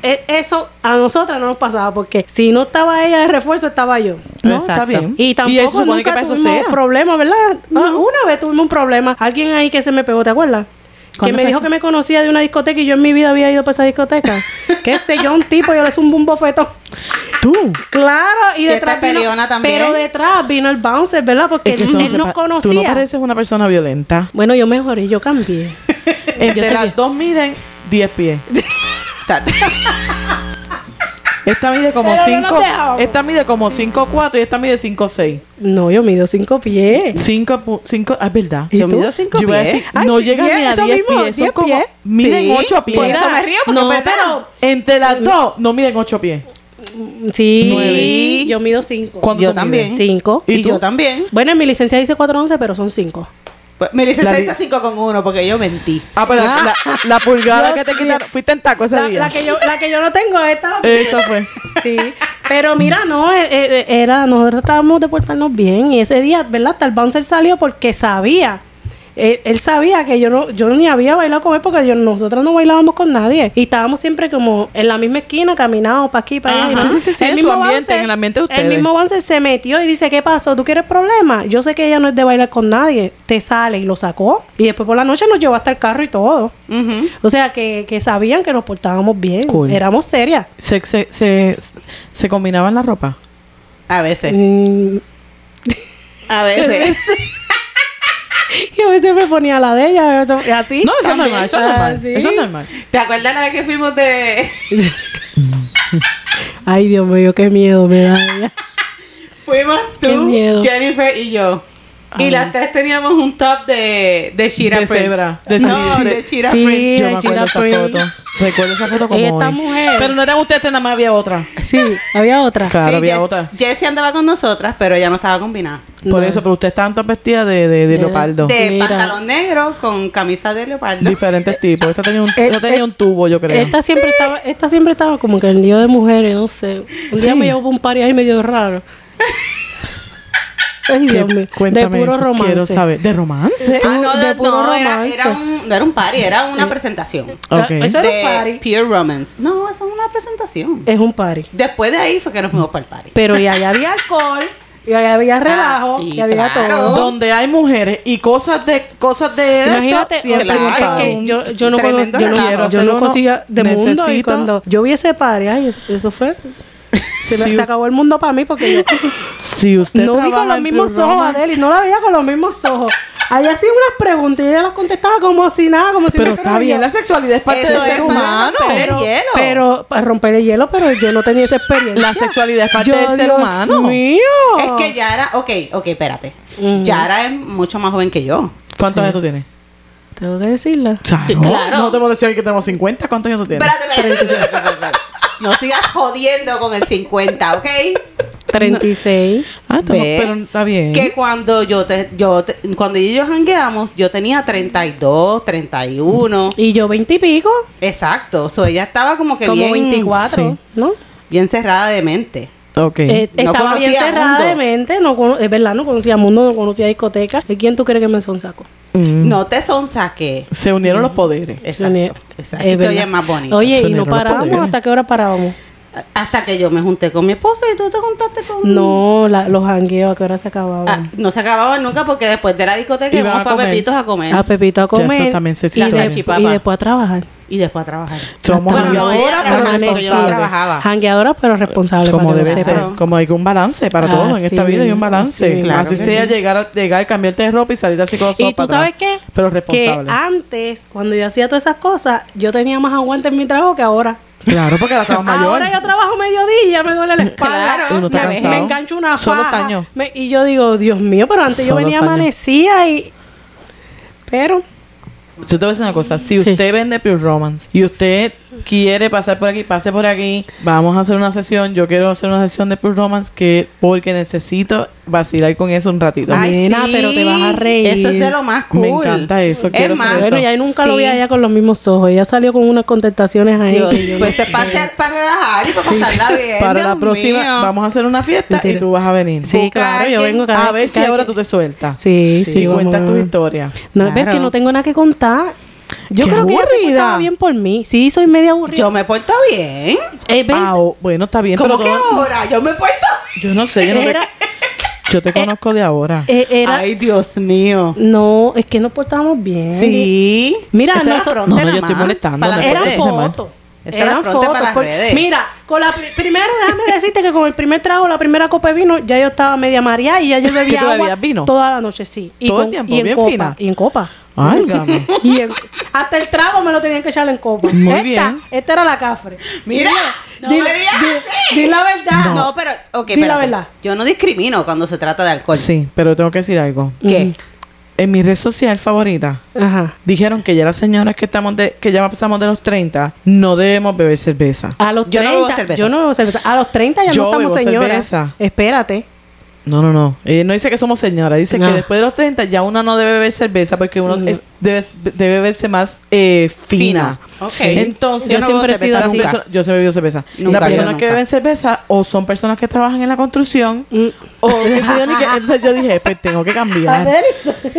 C: e- eso a nosotras no nos pasaba, porque si no estaba ella de refuerzo, estaba yo.
B: No,
A: Exacto.
B: está bien.
C: Y
B: eso
C: tampoco
B: supone
C: nunca
B: para eso
C: tuvimos
B: sea.
C: problema, ¿verdad? Ah, una vez tuvimos un problema. Alguien ahí que se me pegó, ¿te acuerdas? Que
A: ¿Cuándo
C: me
A: fue
C: dijo
A: eso?
C: que me conocía de una discoteca y yo en mi vida había ido para esa discoteca. ¿Qué sé yo? Un tipo, yo le hice un bofetón.
B: Tú.
C: Claro, y
A: Si
C: detrás
A: esta
C: vino,
A: peleona también.
C: Pero detrás vino el bouncer, ¿verdad? Porque
B: Es que
C: él,
B: eso no
C: él
B: se
C: nos
B: pa- Tú no
C: conocía.
B: pareces una persona violenta.
C: bueno, yo mejoré, yo cambié.
B: Entre
C: estoy
B: Eh, las
C: bien.
B: dos miden 10 pies.
A: Ta-
B: Esta mide como
C: Pero no
B: 5.
C: nos dejamos.
B: esta mide como 5'4 y esta mide 5'6.
C: No, yo mido cinco pies.
B: 5, 5, ah, es verdad.
A: Yo mido cinco
B: Yo iba a
A: pies.
B: decir,
C: Ay,
B: no
C: sí,
B: llega
C: diez,
B: ni a
C: eso
B: 10
C: mismo,
B: pies. Son
C: diez
B: como,
C: pies.
B: miden
A: Sí,
B: 8
A: por
B: pies.
A: eso me río, porque
C: no,
A: es verdad.
C: pero-
B: Entre las dos no miden 8 pies.
C: Sí,
A: Nueve.
C: yo mido cinco.
B: ¿Cuánto
A: Yo
B: tú
A: también.
B: mides?
C: Cinco.
A: Y,
B: ¿Y tú?
A: yo también.
C: Bueno, en mi licencia dice 411, pero son cinco.
A: Pues, mi
B: La
A: licencia
B: di-
A: dice 5 con 1 porque yo mentí.
B: Ah, pero la- la, la pulgada
C: Dios
B: que te
C: mío.
B: quitaron. Fuiste en taco ese
C: La,
B: día.
C: la que yo, la que yo no tengo es esta.
B: Eso fue.
C: Sí, pero mira, no, eh, eh, era, nosotros estábamos de portarnos bien y ese día, ¿verdad? Hasta el bouncer salió porque sabía, él, él sabía que yo no, yo ni había bailado con él porque yo, nosotros no bailábamos con nadie y estábamos siempre como en la misma esquina, caminábamos para aquí, para allá. y
B: Ajá.
C: nosotros-
B: Sí, sí, sí, en su ambiente, en el ambiente de
C: El
B: ustedes.
C: mismo bouncer se metió y dice, ¿qué pasó? ¿Tú quieres problema? Yo sé que ella no es de bailar con nadie, te sale y lo sacó y después por la noche nos llevó hasta el carro y todo.
A: Ujú.
C: O sea, que, que sabían que nos portábamos bien,
B: Cool.
C: éramos serias.
B: Se, se, se, se combinaban la ropa.
A: A veces.
C: Mm,
A: A veces.
C: Y a veces me ponía la de ella, a veces- y así.
B: No, eso es
A: También.
B: normal, eso es normal.
C: Ah, sí.
B: Eso es normal.
A: ¿Te acuerdas la vez que fuimos de...
C: Ay, Dios mío, qué miedo me da ella.
A: Fuimos
C: Qué
A: tú,
C: miedo.
A: Jennifer y yo. Y las tres teníamos un top de, de Shira
B: De
A: print.
B: cebra, de
A: no,
B: tigre.
A: de Shira
C: Sí.
A: print.
B: Yo me acuerdo
C: Sheila
B: esa
C: Prince.
B: foto. Recuerdo esa foto como
C: Esta
B: hoy.
C: mujer.
B: Pero no eran ustedes, tres, nada más había otra.
C: Sí, había otra.
B: Claro,
A: Sí,
B: había
A: Jess-
B: otra.
A: Jessie andaba con nosotras, pero ella no estaba combinada.
B: Por
C: No.
B: eso, pero ustedes estaban todas vestidas de, de, de
C: De-
B: leopardo.
A: De
C: Mira.
A: pantalón negro con camisa de leopardo.
B: Diferentes tipos. Esta tenía un,
C: Eh,
B: no tenía
C: eh,
B: un tubo, yo creo.
C: Esta siempre estaba, esta siempre estaba como que en lío de mujeres, no sé. Un día
B: Sí.
C: me llevó pa' un party ahí medio raro. Ay,
B: ¿Qué?
C: Dios mío. De
B: Cuéntame
C: puro
B: eso,
C: romance.
B: Quiero saber. ¿De romance?
A: Ah, no,
C: Este,
A: de-
C: de puro
A: no, era,
C: romance.
A: era un, no era un party, era una presentación.
B: Ok.
C: Ah, Eso era un
A: De
C: party. Eh.
A: Pure Romance. No, eso es una presentación.
C: Es un party.
A: Después de ahí fue que nos fuimos para el party.
C: Pero y allá había alcohol, y allá había relajo,
A: Ah, sí,
C: y había
A: claro.
C: todo.
B: Donde hay mujeres y cosas de cosas de
C: Imagínate,
B: esto, siempre
A: claro,
B: hay un pavo.
C: es que yo, yo no
A: tremendo
C: conocía, yo no,
A: relajo.
C: yo no conocía de mundo y
B: Necesito-
C: cuando yo vi ese padre, ay, eso fue, se, me-
B: Si-
C: se acabó el mundo para mí porque yo
B: Si usted
C: no vi
B: trabaja
C: con los
B: en
C: mismos
B: Pure
C: ojos
B: Romance-
C: a él y no la veía con los mismos ojos. Allá hacía unas preguntas y ella las contestaba como si nada, como si
B: Pero
C: no
B: está
C: fuera
B: bien, la
C: yo.
B: sexualidad es parte
A: Eso
B: del
A: es
B: ser
A: para
B: humano.
A: romper el
C: pero,
A: hielo.
C: pero para romper el hielo, pero yo no tenía esa experiencia.
B: La sexualidad es parte
C: Yo,
B: del ser
C: Dios
B: humano.
C: mío.
A: Es que Yara, ok, ok, espérate.
C: Ujú.
A: Yara es mucho más joven que yo.
B: ¿Cuántos años tú tienes?
C: Tengo que decirla.
A: Sí, claro.
B: No te puedo decir que tenemos 50. ¿Cuántos años tú tienes?
A: Espérate, espérate, espérate, espérate, espérate. No sigas jodiendo con el 50, ¿ok?
C: 36.
B: Ah, estamos-
A: Ve.
B: pero está bien.
A: Que cuando yo te, yo te- cuando ella y yo jangueamos, yo tenía 32, 31.
C: Y yo 20 y pico,
A: Exacto. So, ella estaba como que
C: como
A: bien,
C: 24,
B: sí.
C: ¿no?
A: bien cerrada de mente.
B: Ok.
C: Eh,
A: No
C: estaba bien
A: conocía
C: cerrada
A: mundo.
C: de mente, no cono- es verdad, no conocía mundo, no conocía discoteca. ¿De quién tú crees que me son saco?
B: Mm.
A: No te sonsaque.
B: Se unieron los poderes.
A: Exacto. exacto. Así
C: Es
A: se
C: verdad.
A: oye más bonito.
C: Oye,
B: Eso
C: y
B: no
C: no
B: era lo
C: parábamos,
B: poderes.
C: ¿hasta qué hora parábamos?
A: Hasta que yo me junté con mi esposo y tú te juntaste con...
C: No, la- los jangueos, ¿a qué hora se acababan?
A: Mm. Ah, no se acababan nunca porque después de la discoteca
B: Iban
A: íbamos
B: a
A: para
B: comer.
A: Pepitos a comer.
C: a Ah, Pepito a comer
B: eso también se
C: y,
B: extraña.
C: de-
A: La chipapa.
C: y después a trabajar.
A: Y después a trabajar.
B: Somos
A: Bueno, no,
B: amigos.
A: ella trabajaba porque yo no
C: Responsable.
A: trabajaba.
C: Jangueadora, pero responsable.
B: como
C: para que lo
B: debe ser,
C: sepan.
A: sepan.
B: como hay un balance para
C: Ah,
B: todo en
C: sí,
B: esta vida, hay un balance.
C: sí,
A: claro
B: así
A: que
B: sea
A: sí.
B: llegar, a, llegar, cambiarte de ropa y salir así con los
C: Y
B: ojos
C: tú
B: para
C: sabes qué?
B: atrás. Pero
C: que ah,
B: responsable.
C: antes, cuando yo hacía todas esas cosas, yo tenía más aguante en mi trabajo que ahora.
B: Claro, porque la estabas mayor.
C: Ahora yo trabajo mediodía y ya me duele la espalda.
A: Claro,
B: Tú no te
A: la
B: has
C: me,
A: vez
B: cansado.
C: me engancho una
B: Son los
C: faja.
B: años.
C: Me- y yo digo, Dios mío, pero antes yo
B: Son
C: venía
B: los años.
C: amanecida y... Pero...
B: Yo te voy a decir una cosa, si usted vende Pure Romance y usted quiere pasar por aquí, pase por aquí, vamos a hacer una sesión, yo quiero hacer una sesión de Pure Romance que porque necesito vacilar con eso un ratito.
C: Ay, Nena, pero te vas a reír.
A: Eso es de lo más cool.
B: Me encanta eso, quiero
A: Es más,
B: saber
C: Bueno,
B: eso.
C: ya nunca lo vi
A: Sí.
C: a ella con los mismos ojos. Ella salió con unas contestaciones ahí.
A: Dios,
C: que yo
A: pues
C: no-
A: es para, para relajar y para
B: Sí,
A: pues pasarla bien.
B: para la
A: Dios
B: próxima
A: mío.
B: vamos a hacer una fiesta
C: Mentira.
B: y tú vas a venir.
C: Sí,
A: busca
C: claro, yo
A: alguien
C: vengo cada
B: A ver si
C: cada-
B: ahora tú te sueltas.
C: Sí, sí,
B: Y
C: vamos
B: cuentas
C: a
B: tus
C: ver.
B: historias.
C: No,
A: Claro.
C: ves que no tengo nada que contar. Yo
B: Qué
C: creo que ella se
B: aburrida.
C: portaba bien por mí. Sí, soy media aburrida. Eh,
A: Yo me porto bien.
C: Es ver-
B: Ah, oh, bueno, está bien,
A: ¿Cómo
B: pero
A: que
B: todo-
A: ahora? Yo me porto
B: yo no sé, yo no sé.
C: Era-
B: Yo te conozco de ahora.
C: eh, era-
A: Ay, Dios mío.
C: No, es que nos portábamos bien.
A: Sí.
C: Mira,
A: Esa era
C: noso-
A: fronte
B: No, no,
A: nada
B: yo estoy
A: más,
B: molestando,
A: para
B: me
A: las
C: Eran
B: parece
A: redes.
B: mal.
C: fotos.
A: Esa era
C: Eran
A: fronte
C: fotos.
A: para las
C: por-
A: redes.
C: pues, Mira, con la pri- primero déjame decirte que con el primer trago, la primera copa de vino, ya yo estaba media mareada y ya yo bebía
B: tú
C: agua
B: bebías vino?
C: toda la noche, sí. Y
B: Todo el
C: con-
B: tiempo,
C: y en
B: bien
C: copa,
B: fina.
C: Y en copa.
B: Ay, gama.
C: Y en- hasta el trago me lo tenían que echar en copa.
B: Muy
C: esta,
B: bien.
C: esta era la cafre.
A: Mira, no
C: Dile-
A: me digas
C: di-
A: así.
C: di la verdad.
A: No, pero, ok,
C: Di la
A: espérate.
C: verdad.
A: Yo no discrimino cuando se trata de alcohol.
B: Sí, pero tengo que decir algo.
C: Mm.
A: ¿Qué?
B: En mi red social favorita
C: Ajá.
B: dijeron que ya las señoras que estamos de, que ya pasamos de los 30 no debemos beber cerveza.
C: A los
A: Yo
C: 30,
A: no bebo cerveza.
C: Yo no bebo cerveza. A los 30 ya
B: Yo
C: no estamos
B: bebo
C: señoras.
B: cerveza.
C: Espérate.
B: No, no, no. Eh, no dice que somos señoras, dice
C: No. Mm.
B: que después de los 30 ya uno no debe beber cerveza porque uno
C: Ujú.
B: es- debe, debe verse más eh, fina.
A: Fina. Ok.
B: Entonces,
A: Yo no bebo
B: siempre he sido
A: cerveza
B: así.
A: nunca.
B: Persona- Yo siempre he bebido cerveza.
A: Nunca, yo
B: Las personas
A: nunca.
B: que beben cerveza o son personas que trabajan en la construcción
C: Mm.
B: o qué sé yo, ni qué. entonces yo dije, pues tengo que
C: A
B: cambiar.
C: ver.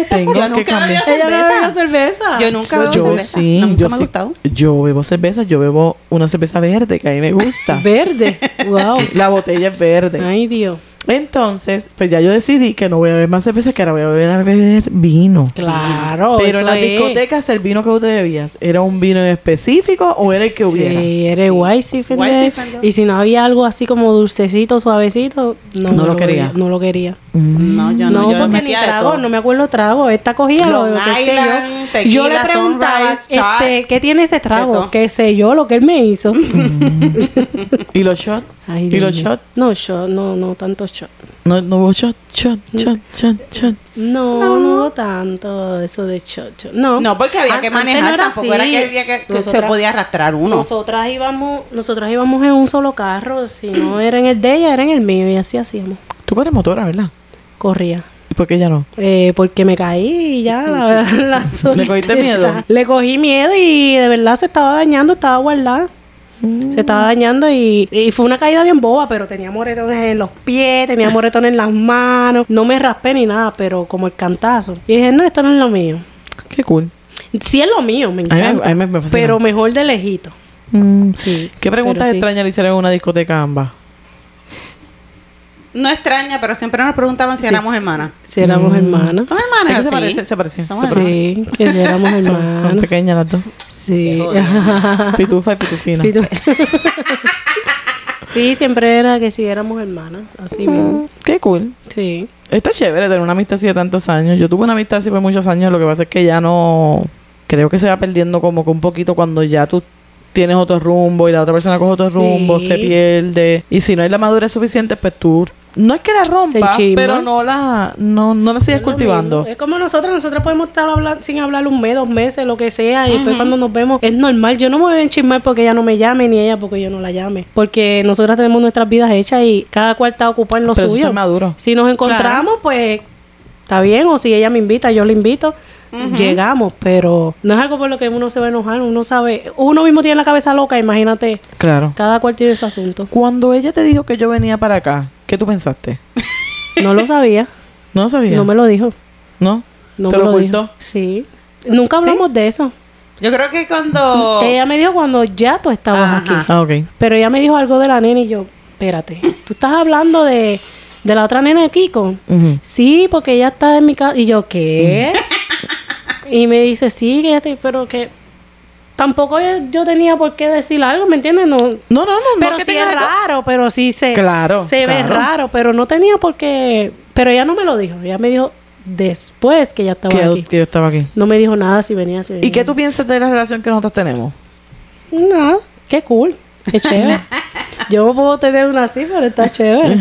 B: Tengo
A: Yo
B: que
A: nunca bebía
B: cambiar.
C: Ella no
A: Cerveza.
C: bebe cerveza.
A: Yo nunca bebo
B: yo
A: cerveza.
B: sí,
A: nunca
B: yo
A: me ha
B: sí-
A: gustado.
B: Yo bebo cerveza, yo bebo una cerveza verde que a mí me gusta.
C: Verde. Wow.
B: la botella es verde.
C: Ay, Dios.
B: Entonces, pues ya yo decidí que no voy a beber más cerveza, que ahora voy a beber, a beber vino.
C: Claro.
B: Pero
C: eso
B: en las
C: es.
B: discotecas el vino que tú bebías, ¿era un vino en específico o era el que hubiera?
C: Sí, era guay, sí, Fender.
A: Fender.
C: Y si no había algo así como dulcecito, suavecito, no,
B: No
C: me
B: lo quería.
C: No lo quería.
B: Mm.
A: No, yo
C: no,
A: no, yo
C: porque ni
A: metía de
C: trago,
A: todo.
C: no me acuerdo trago. Esta cogía lo,
A: Long
C: lo que sé
A: Island,
C: yo.
A: tequila,
C: yo le preguntaba,
A: sunrise, shot,
C: este, ¿qué tiene ese trago?
A: todo.
C: ¿Qué sé yo? Lo que él me hizo.
B: ¿Y los shots?
C: Ay,
B: ¿Y
C: Dios
B: los
C: mío.
B: shots?
C: No, shot, no, no, tanto shot.
B: No, no hubo shot, shot, shot, shot, shot.
C: No, no, hubo tanto eso de shot, shot. No,
A: No, porque había
C: An-
A: que
C: antes
A: manejar,
C: no era
A: tampoco
C: así.
A: era que, había que- que se
C: Nosotras-
A: podía arrastrar uno.
C: Nosotras íbamos, nosotras íbamos en un solo carro, si no era en el de ella, era en el mío y así hacíamos.
B: Tú eres motora, ¿verdad?
C: Corría.
B: ¿Y por qué ya no?
C: Eh, porque me caí y ya, la verdad, la
B: ¿Le cogiste
C: soltera.
B: miedo?
C: Le cogí miedo y de verdad se estaba dañando, estaba guardada. Se estaba
B: Mm.
C: dañando y, y fue una caída bien boba, pero tenía moretones en los pies, tenía moretones en las manos. No me raspé ni nada, pero como el cantazo. Y dije, no, esto no es lo mío.
B: Qué cool.
C: Sí es lo mío,
B: me-
C: me encanta.
B: a mí me fascina.
C: pero mejor de lejito.
B: Mm.
C: Sí,
B: ¿Qué preguntas
C: pero sí.
B: extrañas le hicieron en una discoteca a ambas?
A: No extraña, pero siempre nos preguntaban si
C: Sí.
A: éramos hermanas.
C: Si éramos
B: Mm.
C: hermanas.
A: Son hermanas,
B: ¿Qué se
A: sí.
B: parece? Se parecen. se parecen.
C: Sí, que si éramos
B: Son, son
C: hermanas.
B: pequeñas las dos.
C: Sí.
B: Pitufa y pitufina.
C: Sí, tú- sí, siempre era que si éramos hermanas. Así mismo.
B: Mm, Qué cool.
C: Sí.
B: Está chévere tener una amistad así de tantos años. Yo tuve una amistad así por muchos años, lo que pasa es que ya no... Creo que se va perdiendo como que un poquito cuando ya tú tienes otro rumbo y la otra persona coge otro
C: Sí.
B: rumbo, se pierde. Y si no hay la madurez suficiente, pues tú... No es que la rompa,
C: enchisma.
B: pero no la, no, no la sigues
C: Es lo
B: cultivando.
C: mismo. Es como nosotros, nosotros podemos estar hablan- sin hablar un mes, dos meses, lo que sea, y después cuando nos vemos es normal. Yo no me voy a enchismar porque ella no me llame, ni ella porque yo no la llame. Porque nosotras tenemos nuestras vidas hechas y cada cual está ocupado en lo
B: Pero eso
C: suyo.
B: es maduro.
C: Si nos encontramos, pues está bien, o si ella me invita, yo la invito. llegamos, pero no es algo por lo que uno se va a enojar, uno sabe, uno mismo tiene la cabeza loca, imagínate,
B: Claro.
C: cada cual tiene ese asunto.
B: Cuando ella te dijo que yo venía para acá, ¿qué tú pensaste?
C: No lo sabía,
B: No lo sabía.
C: no me lo dijo,
B: ¿No?
C: no
B: ¿Te
C: me
B: lo
C: lo,
B: ocultó?
C: dijo. Sí, nunca hablamos de eso.
A: Yo creo que cuando...
C: Ella me dijo cuando ya tú estabas
A: Oh. Ajá.
C: aquí.
B: Ah, ok.
C: Pero ella me dijo algo de la nena y yo, espérate, tú estás hablando de, de la otra nena de Kiko.
B: Ujú.
C: Sí, porque ella está en mi casa. Y yo, ¿qué? y me dice, sí, que ella te- pero que tampoco yo, yo tenía por qué decir algo, ¿me entiendes? No,
B: No, no, no. no
C: pero
B: que
C: sí
B: tengas
C: es
B: algo-
C: raro, pero sí se,
B: Claro,
C: se ve
B: claro.
C: raro, pero no tenía por qué. Pero ella no me lo dijo, ella me dijo después que ya estaba
B: Que,
C: aquí.
B: yo- que yo estaba aquí.
C: No me dijo nada si venía, si venía.
B: ¿Y qué tú piensas de la relación que nosotros tenemos?
C: Nada, qué cool, qué chévere. Yo puedo tener una así, pero está chévere.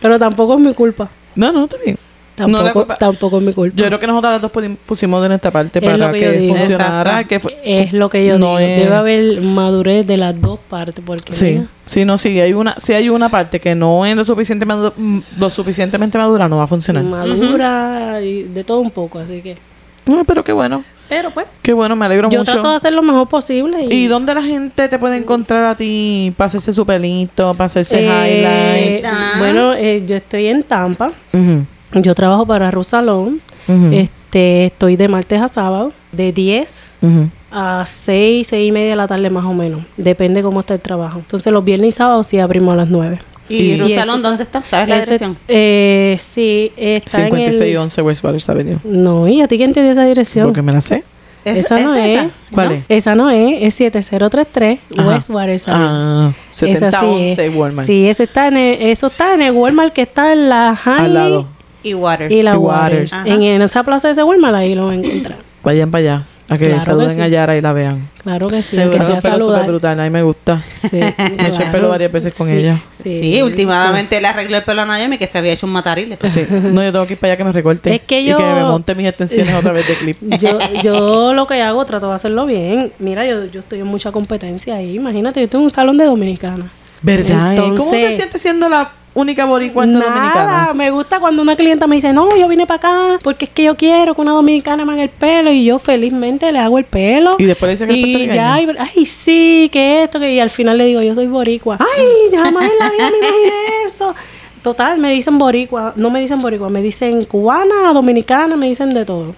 C: pero tampoco es mi culpa.
B: No, no, está bien. No la
C: Tampoco,
B: culpa-
C: tampoco es mi culpa.
B: Yo creo que nosotros las dos pudi- pusimos de nuestra parte
C: Es
B: para
C: lo
B: que,
C: que yo digo.
B: funcionara.
A: Exacto.
B: Que fu-
C: es lo que yo
B: no
C: digo.
B: es-
C: Debe haber madurez de las dos partes. Porque
B: Sí,
C: mira,
B: sí, no, sí hay una, si hay una parte que no es lo suficiente madu- mm, lo suficientemente madura, no va a funcionar.
C: madura y de todo un poco. Así que.
B: Ay, pero qué bueno,
C: Pero pues,
B: qué bueno, me alegro
C: yo
B: mucho.
C: trato de hacer lo mejor posible. Y,
B: ¿Y dónde la gente te puede encontrar a ti para hacerse su pelito, para hacerse
C: Eh,
B: highlights?
A: highlights.
C: Bueno, eh, yo estoy en Tampa.
B: Ujú,
C: Yo trabajo para Rosalón.
B: ujú,
C: este, estoy de martes a sábado, de 10
B: ujú.
C: a 6, 6 y media de la tarde más o menos. Depende cómo está el trabajo. Entonces los viernes y sábados sí abrimos a las 9.
A: ¿Y,
B: Y-
A: Rosalón dónde está? ¿Sabes la
C: Ese-
A: dirección?
C: eh, sí, está en el...
B: 5611 West Waters Avenue.
C: No, ¿y a ti quién te dio esa dirección?
B: Porque me la sé.
A: ¿Es-
C: esa no es.
A: esa?
B: ¿Cuál
C: No,
B: es?
C: Esa no es, es 7033
B: Ajá.
C: West Waters Avenue.
B: Ah,
C: Esa sí
B: 7011
C: es.
B: Walmart.
C: eh. Sí, ese está en el, eso está en el Walmart que está en la Hanley
B: Al lado.
A: Y Waters.
C: y
B: Y
C: la
B: Waters.
C: Waters.
A: Ajá.
C: En, en esa plaza de ese Walmart ahí lo van a encontrar.
B: Vayan para allá. A que
C: Claro que
B: saluden
C: sí.
B: a Yara y la vean.
C: Claro que sí,
A: Seguro.
C: que
B: Esos
C: sea
B: pelos súper
C: saludar.
B: brutales, a mí me gusta.
C: Sí, me
B: eché el pelo varias veces con ella.
A: Sí, últimamente le arregló el pelo a Naomi que se había hecho un matariles.
B: Sí. No, yo tengo que ir para allá que me recorte.
C: Es que
B: Y
C: yo-
B: que me monte mis extensiones otra vez de clip.
C: Yo, yo lo que hago, trato de hacerlo bien. Mira, yo, yo estoy en mucha competencia ahí. Imagínate, yo estoy en un salón de dominicana.
B: ¿Verdad? eh? ¿Cómo
C: Entonces-
B: te sientes siendo la única boricua entre
C: Nada,
B: dominicanas?
C: me gusta cuando una clienta me dice, no, yo vine para acá porque es que yo quiero que una dominicana me haga el pelo y yo felizmente le hago el pelo.
B: Y después le dice que es
C: y
B: puertorriqueña.
C: ya, y- ay, sí, que esto, que y al final le digo, yo soy boricua. Ay, jamás en la vida me imaginé eso. Total, me dicen boricua, no me dicen boricua, me dicen cubana, dominicana, me dicen de todo.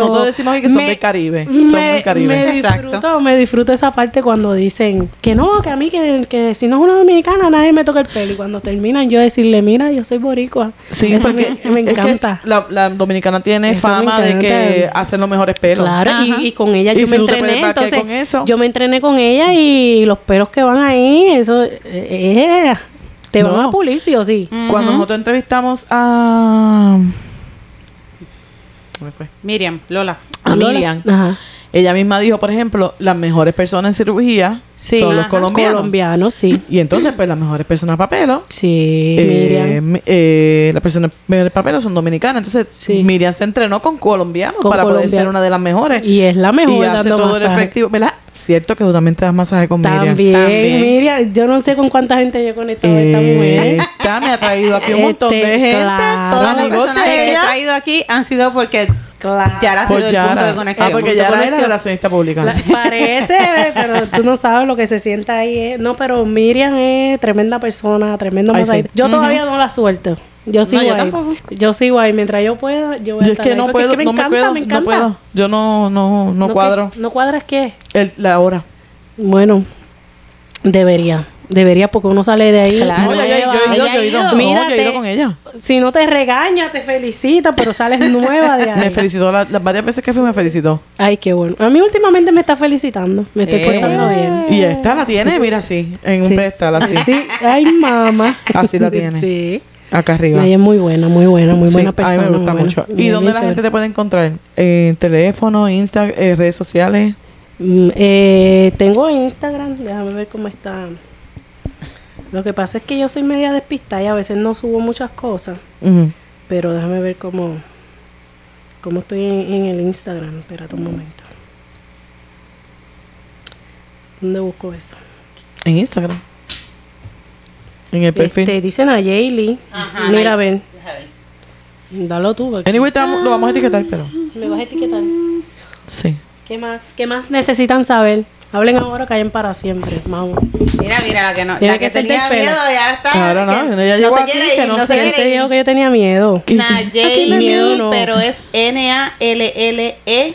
B: Nosotros decimos aquí que son del Caribe, son
C: me-
B: del Caribe.
C: me
A: Exacto.
C: disfruto, me disfruto esa parte cuando dicen que no, que a mí, que, que si no es una dominicana, nadie me toca el pelo. Y cuando terminan, yo decirle, mira, yo soy boricua.
B: Sí,
C: Eso
B: porque
C: me, me
B: es que
C: encanta.
B: la, la dominicana tiene
C: Eso me
B: fama de que
C: encanta.
B: hacen los mejores pelos.
C: Claro,
A: Ajá.
C: y, y con ella
B: Y
C: yo
B: si
C: me
B: tú te puedes
C: entrené,
B: vaquear
C: entonces
B: con eso.
C: yo me entrené con ella y los pelos que van ahí, eso eh, eh, te van
B: No.
C: a pulir sí o sí.
B: Cuando nosotros entrevistamos a... ¿Cómo fue?
A: Miriam, Lola.
B: A
C: Lola.
B: Miriam.
C: Ajá.
B: Ella misma dijo, por ejemplo, las mejores personas en cirugía
C: Sí,
B: son los
A: Ajá.
B: colombianos.
C: Colombianos, sí.
B: Y entonces, pues, las mejores personas para pelo
C: Sí,
B: Eh,
C: Miriam.
B: mi- eh, las personas de papel son dominicanas. Entonces,
C: Sí.
B: Miriam se entrenó con colombianos
C: Con
B: para poder
C: colombianos.
B: ser una de las mejores.
C: Y es la mejor
B: Eh, Y hace
C: dando
B: todo el
C: masaje.
B: efectivo. ¿Verdad? Cierto que tú también te das masaje con
C: También,
B: Miriam.
A: También.
C: Miriam, yo no sé con cuánta gente yo he conectado a esta
B: Eh,
C: mujer.
B: Esta me ha traído aquí un montón
C: Este,
B: de gente.
C: claro.
A: Todas las
B: Amigote,
A: personas que he
B: Ah, ella-
A: traído aquí han sido porque
C: Claro.
A: Yara ha sido
B: Por
A: el
B: Yara.
A: punto de
B: Ah,
A: conexión.
B: porque
C: Punto
B: Yara es la
C: conexión.
B: relacionista pública.
C: La- parece, eh, pero tú no sabes lo que se sienta ahí. eh. No, pero Miriam es tremenda persona, tremenda
B: Ay,
C: masajista.
B: sí.
C: Yo todavía no la suelto. Yo sigo
A: yo
C: ahí.
A: tampoco.
C: Yo sigo ahí. Mientras yo pueda, yo
B: Yo
C: voy a
B: es
C: estar
B: que
C: ahí,
B: no
C: porque
B: puedo,
C: es que me
B: no
C: encanta,
B: me puedo,
C: me
B: no
C: encanta.
B: puedo. Yo no, no, no,
C: que-
B: cuadro
C: ¿No cuadras qué?
B: el- la hora.
C: Bueno, debería. Debería porque uno sale de ahí.
A: Claro. Ah,
B: No, yo, yo- yo- yo-
C: nueva.
B: yo-
A: Ella
B: yo-
A: ha ido.
B: no, yo he
C: Mírate.
B: ido con ella.
C: Si no te regaña, te felicita, pero sales nueva
B: Me
C: de ahí.
B: felicitó la- las varias veces que fui, me felicitó.
C: Ay, qué bueno. A mí últimamente me está felicitando. Me estoy
A: Eh.
C: portando bien.
B: Y esta la tiene, mira así, en un
C: Sí.
B: pedestal así.
C: Sí. Ay, mamá.
B: Así la tiene.
C: Sí.
B: Acá arriba.
C: Ella es muy buena, muy buena, muy
B: Sí,
C: buena persona.
B: A mí me gusta
C: muy buena.
B: mucho. ¿Y
C: Bien,
B: dónde
C: bien
B: la
C: chévere.
B: gente te puede encontrar? Eh, teléfono, Insta, eh, redes sociales.
C: Mm, eh, tengo Instagram, déjame ver cómo está. Lo que pasa es que yo soy media despistada y a veces no subo muchas cosas,
B: Ujú.
C: pero déjame ver cómo, cómo estoy en, en el Instagram. Espérate un momento. ¿Dónde busco eso?
B: En Instagram. En el perfil.
C: Este, dicen a Jaylee.
A: Ajá,
C: Mira,
A: Nay-
C: a ver. Dalo tú. porque-
B: Anyway, te vamos- lo vamos a etiquetar, pero.
C: Me vas a etiquetar.
B: Sí.
C: ¿Qué más? ¿Qué más necesitan saber? Hablen ahora, callen para siempre. Vamos.
A: Mira, mira, la que no,
C: Tiene
A: la que,
C: que ser del
A: tenía
C: pelo.
A: miedo ya está.
B: Claro, no,
A: que
B: ella llegó
A: se
B: aquí,
A: quiere
B: que
A: ir,
B: no
A: no
B: se
A: se
B: quiere
C: Te
A: quiere
C: dijo
A: ir.
C: que yo tenía miedo. Aquí no hay miedo,
A: Nayeli,
C: no.
A: pero es N A L L E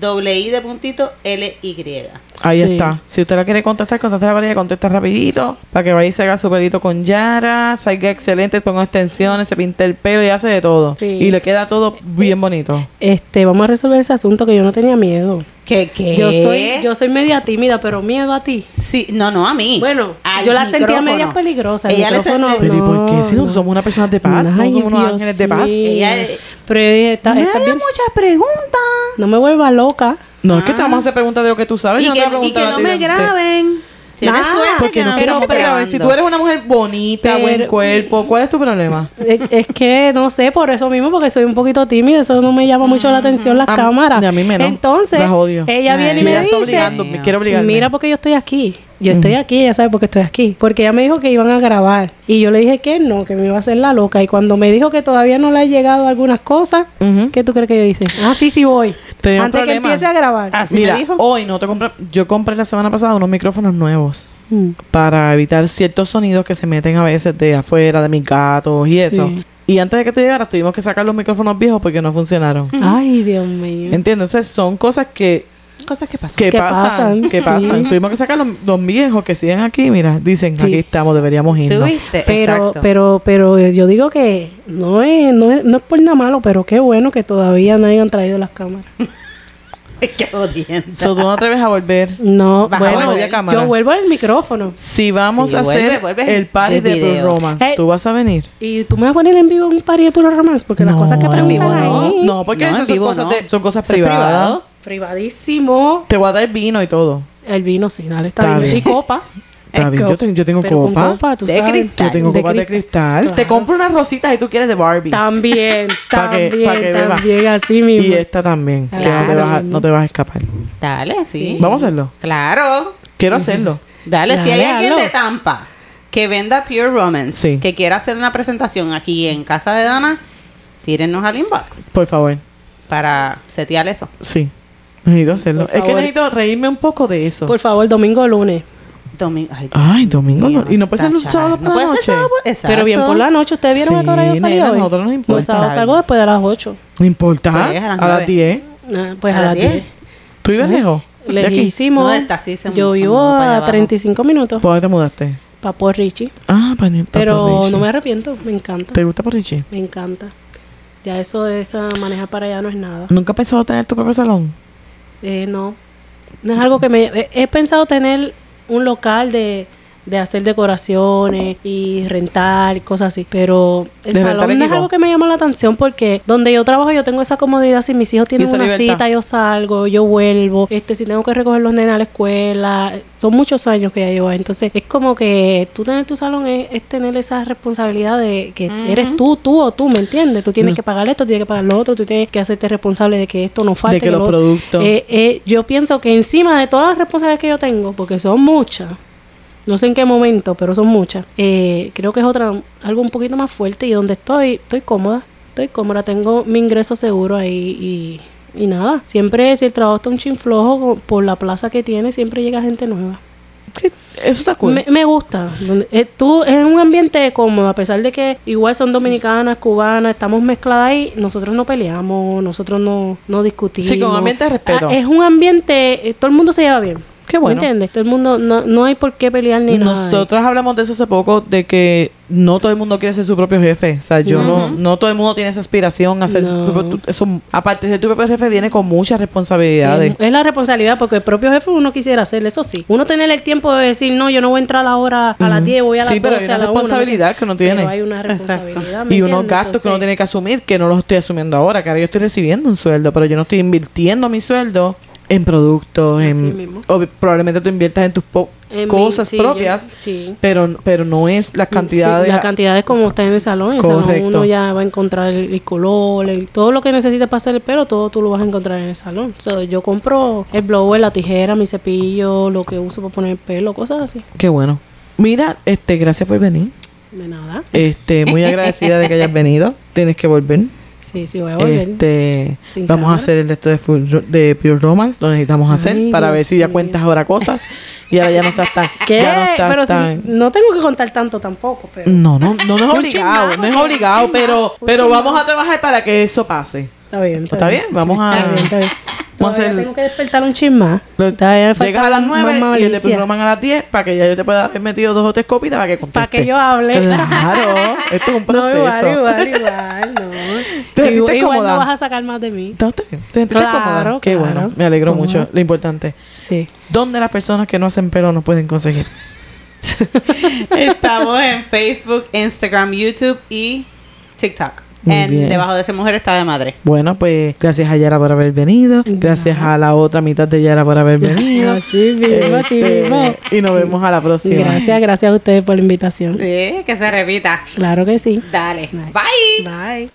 A: doble I de puntito L Y.
B: Ahí
C: Sí.
B: está. Si usted la quiere contestar, contesta la ella, contesta rapidito. Para que vaya y se haga su pelito con Yara, salga excelente, ponga extensiones, se pinte el pelo y hace de todo.
C: Sí.
B: Y le queda todo bien bonito.
C: Este, vamos a resolver ese asunto que yo no tenía miedo.
A: ¿Qué qué?
C: Yo soy, yo soy media tímida, pero miedo a ti.
A: Sí, no, no a mí.
C: Bueno,
A: Al
C: yo la sentía
A: micrófono.
C: media peligrosa. El
A: Ella le
C: micrófono,
A: sentía-
B: Pero ¿y por qué?
C: no,
B: Si nosotros somos una persona de paz, no
C: Ay,
B: somos unos
C: Dios
B: ángeles de paz.
C: mío.
A: Ella-
C: Pero yo dije, "Está-
A: No me
C: está
A: hagas
C: bien,
A: muchas preguntas.
C: no me vuelva loca.
B: No, es que
C: Ah.
B: te vamos a hacer preguntas de lo que tú sabes.
A: Y
B: yo
A: que,
B: te voy a
A: y que
B: preguntar
A: no
B: a ti
A: me
B: de-
A: graben. Tienes
C: Nada,
A: suerte
B: Porque
A: que
B: no
A: no
B: que
A: me
B: no
A: estamos
B: te graben. Si tú
A: grabando.
B: eres una mujer bonita,
C: Pero-
B: buen cuerpo, ¿cuál es tu problema?
C: Es, es que no sé, por eso mismo, porque soy un poquito tímida, eso no me llama mucho la atención las
B: Mm-hmm. A-
C: cámaras.
B: y a mí me no.
C: Entonces,
B: Las odio.
C: ella viene
A: Ay,
C: y
B: Mira,
A: ya
C: me
B: está
C: dice,
B: obligando, Mm-hmm. me quiere obligar.
C: Mira porque yo estoy aquí. Yo estoy aquí, ella sabe por qué estoy aquí. Porque ella me dijo que iban a grabar. Y yo le dije que no, que me iba a hacer la loca. Y cuando me dijo que todavía no le han llegado algunas cosas,
B: Ujú.
C: ¿qué tú crees que yo hice? Ah, sí, sí voy.
B: Mm-hmm. Tenía un
C: Antes que
B: problema.
C: empiece a grabar.
A: Así
B: Mira,
A: me dijo.
B: hoy no te compré. Yo compré la semana pasada unos micrófonos nuevos
C: Mm.
B: para evitar ciertos sonidos que se meten a veces de afuera, de mis gatos y eso.
C: Sí.
B: Y antes de que tú llegaras, tuvimos que sacar los micrófonos viejos porque no funcionaron.
A: Mm.
C: Ay, Dios mío.
B: ¿Entiendes? Entonces, son cosas que
A: Cosas que pasan.
B: que
C: Que
B: pasan,
C: pasan,
B: que
C: sí.
B: pasan. Tuvimos que sacar los, los viejos que siguen aquí, mira, dicen,
C: Sí.
B: aquí estamos, deberíamos irnos.
A: Subiste,
C: Pero,
A: Este, exacto.
C: pero, pero eh, yo digo que no es, no es, no es por nada malo, pero qué bueno que todavía no hayan traído las cámaras.
A: Qué jodiendo.
B: So, tú no te atreves a volver.
C: No,
A: Vas a
C: bueno,
A: volver.
B: cámara.
C: yo vuelvo al micrófono.
B: Si vamos
A: Sí,
B: a
A: vuelve,
B: hacer
A: vuelve
B: el party
A: de
B: de, Blue
A: video.
B: Romance,
C: Hey.
B: ¿tú vas a venir?
C: Y tú me vas a poner en vivo un par de puro romance, porque las cosas que
B: en vivo
C: preguntan
B: no.
C: ahí.
B: No, porque
A: No,
B: eso
A: en
B: son,
A: vivo
B: cosas
A: no.
B: de- son cosas
A: Eso es
B: privadas.
A: privado.
C: Privadísimo.
B: Te voy a dar vino y todo.
C: El vino, sí, dale, está,
B: Está
C: bien.
B: bien.
C: Y copa.
B: Está bien, yo, te- yo tengo
C: Pero con
B: copa.
C: copa, tú
A: De
C: sabes.
A: cristal.
B: Yo tengo
C: De
B: copas de cristal. Te
C: Claro.
B: compro unas rositas y tú quieres de Barbie.
C: También,
B: Pa' que-
C: también,
B: pa' que beba.
C: también, así mismo.
B: y esta también. que no, te
A: Claro.
B: vas a, no te vas a escapar.
A: Dale, sí.
B: Vamos a hacerlo.
A: Claro.
B: Quiero hacerlo.
A: Dale, si hay
C: Dale,
A: alguien
C: hazlo.
A: de Tampa que venda Pure Romance,
B: Sí.
A: que quiera hacer una presentación aquí en casa de Dana, tírenos al inbox
B: Por favor.
A: para setear eso.
B: Sí. Necesito hacerlo.
C: Por
B: Es que
C: favor.
B: necesito reírme un poco de eso.
C: Por favor, domingo o lunes.
A: Domingo. Ay, Dios
B: Ay, domingo
A: mío,
B: no- y no puede ser un
A: está,
B: sábado
A: chaval. No
B: por la
A: puede ser
B: noche.
A: sábado por- Exacto.
C: Pero bien por la noche, ustedes vieron a qué hora yo
B: Sí,
C: salí
B: nena,
C: hoy.
B: nosotros nos importa.
C: Los sábados salgo después de las 8.
B: No importa.
A: Pues, a las
B: a las
A: nueve.
B: 10.
C: Ah, pues
A: ¿A
C: a,
A: las
C: las
A: 10?
C: 10.
B: ¿Tú vives lejos? ¿De aquí?
C: Lejísimo.
A: No, está así, se-
C: Yo
A: se
C: vivo
A: mudó para allá
C: a
A: abajo.
C: 35 minutos.
B: ¿Por dónde te mudaste?
C: Para por Richie.
B: Ah, para, para
C: Pero
B: Porrichi.
C: no me arrepiento, me encanta.
B: ¿Te gusta Porrichi?
C: Me encanta. Ya eso de esa manejar para allá no es nada.
B: ¿Nunca has pensado tener tu propio salón?
C: Eh, no. No es algo que me... eh, He, pensado tener un local de, de hacer decoraciones y rentar y cosas así. Pero el
B: De rentar
C: salón no es
B: equipo.
C: algo que me llama la atención porque donde yo trabajo yo tengo esa comodidad. Si mis hijos tienen
B: esa
C: una
B: libertad.
C: cita, yo salgo, yo vuelvo. Este, si tengo que recoger los nenes a la escuela. Son muchos años que ya llevo ahí. Entonces es como que tú tener tu salón es, es tener esa responsabilidad de que
A: Ujú.
C: eres tú, tú o tú, ¿me entiendes? Tú tienes
B: No.
C: que pagar esto, tú tienes que pagar lo otro, tú tienes que hacerte responsable de que esto no
B: Mm.
C: falte.
B: de que los
C: lo-
B: productos...
C: eh, eh, yo pienso que encima de todas las responsabilidades que yo tengo, porque son muchas, no sé en qué momento, pero son muchas, eh, creo que es otra, algo un poquito más fuerte y donde estoy, estoy cómoda, estoy cómoda, tengo mi ingreso seguro ahí y, y nada, siempre si el trabajo está un chin flojo co- por la plaza que tiene, siempre llega gente nueva.
B: sí, eso está cool.
C: Me, me gusta. Donde- eh, tú es un ambiente cómodo, a pesar de que igual son dominicanas, cubanas, estamos mezcladas ahí. Nosotros no peleamos, nosotros no, no discutimos.
B: Sí, con un ambiente de respeto.
C: Ah, es un ambiente, eh, todo el mundo se lleva bien.
B: Qué bueno.
C: ¿Me entiendes? Todo el mundo, no, no hay por qué pelear ni nada.
B: Nosotras hablamos de eso hace poco, de que no todo el mundo quiere ser su propio jefe. O sea, yo no, no todo el mundo tiene esa aspiración a ser...
C: No.
B: tu pro- tu- eso, aparte de ser tu propio jefe, viene con muchas responsabilidades.
C: Es, Eh, es la responsabilidad porque el propio jefe uno quisiera hacerle, eso sí. Uno tener el tiempo de decir, no, yo no voy a entrar a la hora, a las
B: Ujú.
C: 10, voy a las
B: Sí, pero hay
C: 12, a
B: una
C: la 1.
B: responsabilidad que uno tiene.
C: Pero hay una
A: Exacto.
C: responsabilidad. ¿me
B: y unos
C: entiendes?
B: gastos que uno
C: Entonces-
B: tiene que asumir, que no los estoy asumiendo ahora, que ahora yo estoy recibiendo un sueldo, pero yo no estoy invirtiendo mi sueldo en productos,
C: Así
B: en,
C: mismo.
B: o probablemente tú inviertas en tus po-
C: En mi-
B: cosas
C: sí,
B: propias,
C: yo- sí. Mm,
B: pero pero no es las cantidades.
C: Sí, la cantidad es como está en el salón. En el salón
B: Correcto.
C: uno ya va a encontrar el, el color, el- todo lo que necesites para hacer el pelo, todo tú lo vas a encontrar en el salón. So, yo compro el blower, la tijera, mi cepillo, lo que uso para poner el pelo, cosas así.
B: Qué bueno. Mira, este, gracias por venir.
C: De nada.
B: Este, muy agradecida de que hayas venido. tienes que volver.
C: Sí, sí, voy a volver.
B: Este,
C: Sin
B: vamos
C: cámara.
B: a hacer el resto de, full ro- de Pure Romance, lo necesitamos hacer
C: Ay,
B: para ver
C: Dios
B: si ya
C: mío.
B: cuentas ahora cosas y ahora ya no estás tan.
C: ¿Qué?
B: ya no estás
C: pero si-
B: tan- Mm.
C: no tengo que contar tanto tampoco, pero
B: No, no, no, no es
C: Un
B: obligado,
C: chismazo,
B: no es
C: pero un
B: obligado, pero,
C: chismazo, un
B: pero
C: chismazo.
B: vamos a trabajar para que eso pase.
C: está bien.
B: ¿Está bien? Vamos a-
C: Está bien, está bien.
B: Vamos a
C: Todavía
B: hacer-
C: tengo que despertar un chin más.
B: Lo-
C: Todavía me falta
B: Llegas a las
C: más
B: 9 y el de
C: malicia.
B: Pure Romance a las 10 para que ya yo te pueda haber metido dos o tres copitas para que conteste.
C: Para que yo hable.
B: Claro, esto es un proceso.
C: No, igual, igual, igual, no.
B: Te
C: Igual-
B: sentiste
C: igual
B: cómoda.
C: no vas a sacar más de mí.
B: ¿Te gusta? ¿Te sentiste
C: Claro,
B: cómoda? Qué
C: claro.
B: bueno, me alegro
C: Cómoda.
B: mucho. Lo importante,
C: Sí.
B: ¿dónde las personas que no hacen pelo nos pueden conseguir?
A: Estamos en Facebook, Instagram, YouTube y TikTok.
B: Muy
A: en
B: bien.
A: Debajo de esa mujer está de madre.
B: Bueno, pues gracias a Yara por haber venido. Gracias a la otra mitad de Yara por haber venido.
C: Así mismo, así
B: Este,
C: mismo.
B: y nos vemos a la próxima.
C: Gracias, gracias a ustedes por la invitación.
A: Sí, que se repita.
C: Claro que sí.
A: Dale.
C: Bye.
A: Bye.
C: Bye.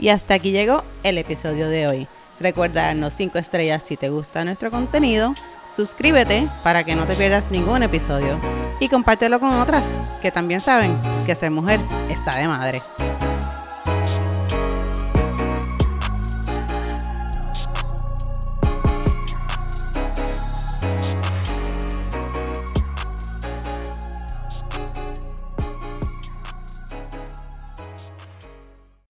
A: Y hasta aquí llegó el episodio de hoy. Recuerda darnos 5 estrellas si te gusta nuestro contenido, suscríbete para que no te pierdas ningún episodio y compártelo con otras que también saben que ser mujer está de madre.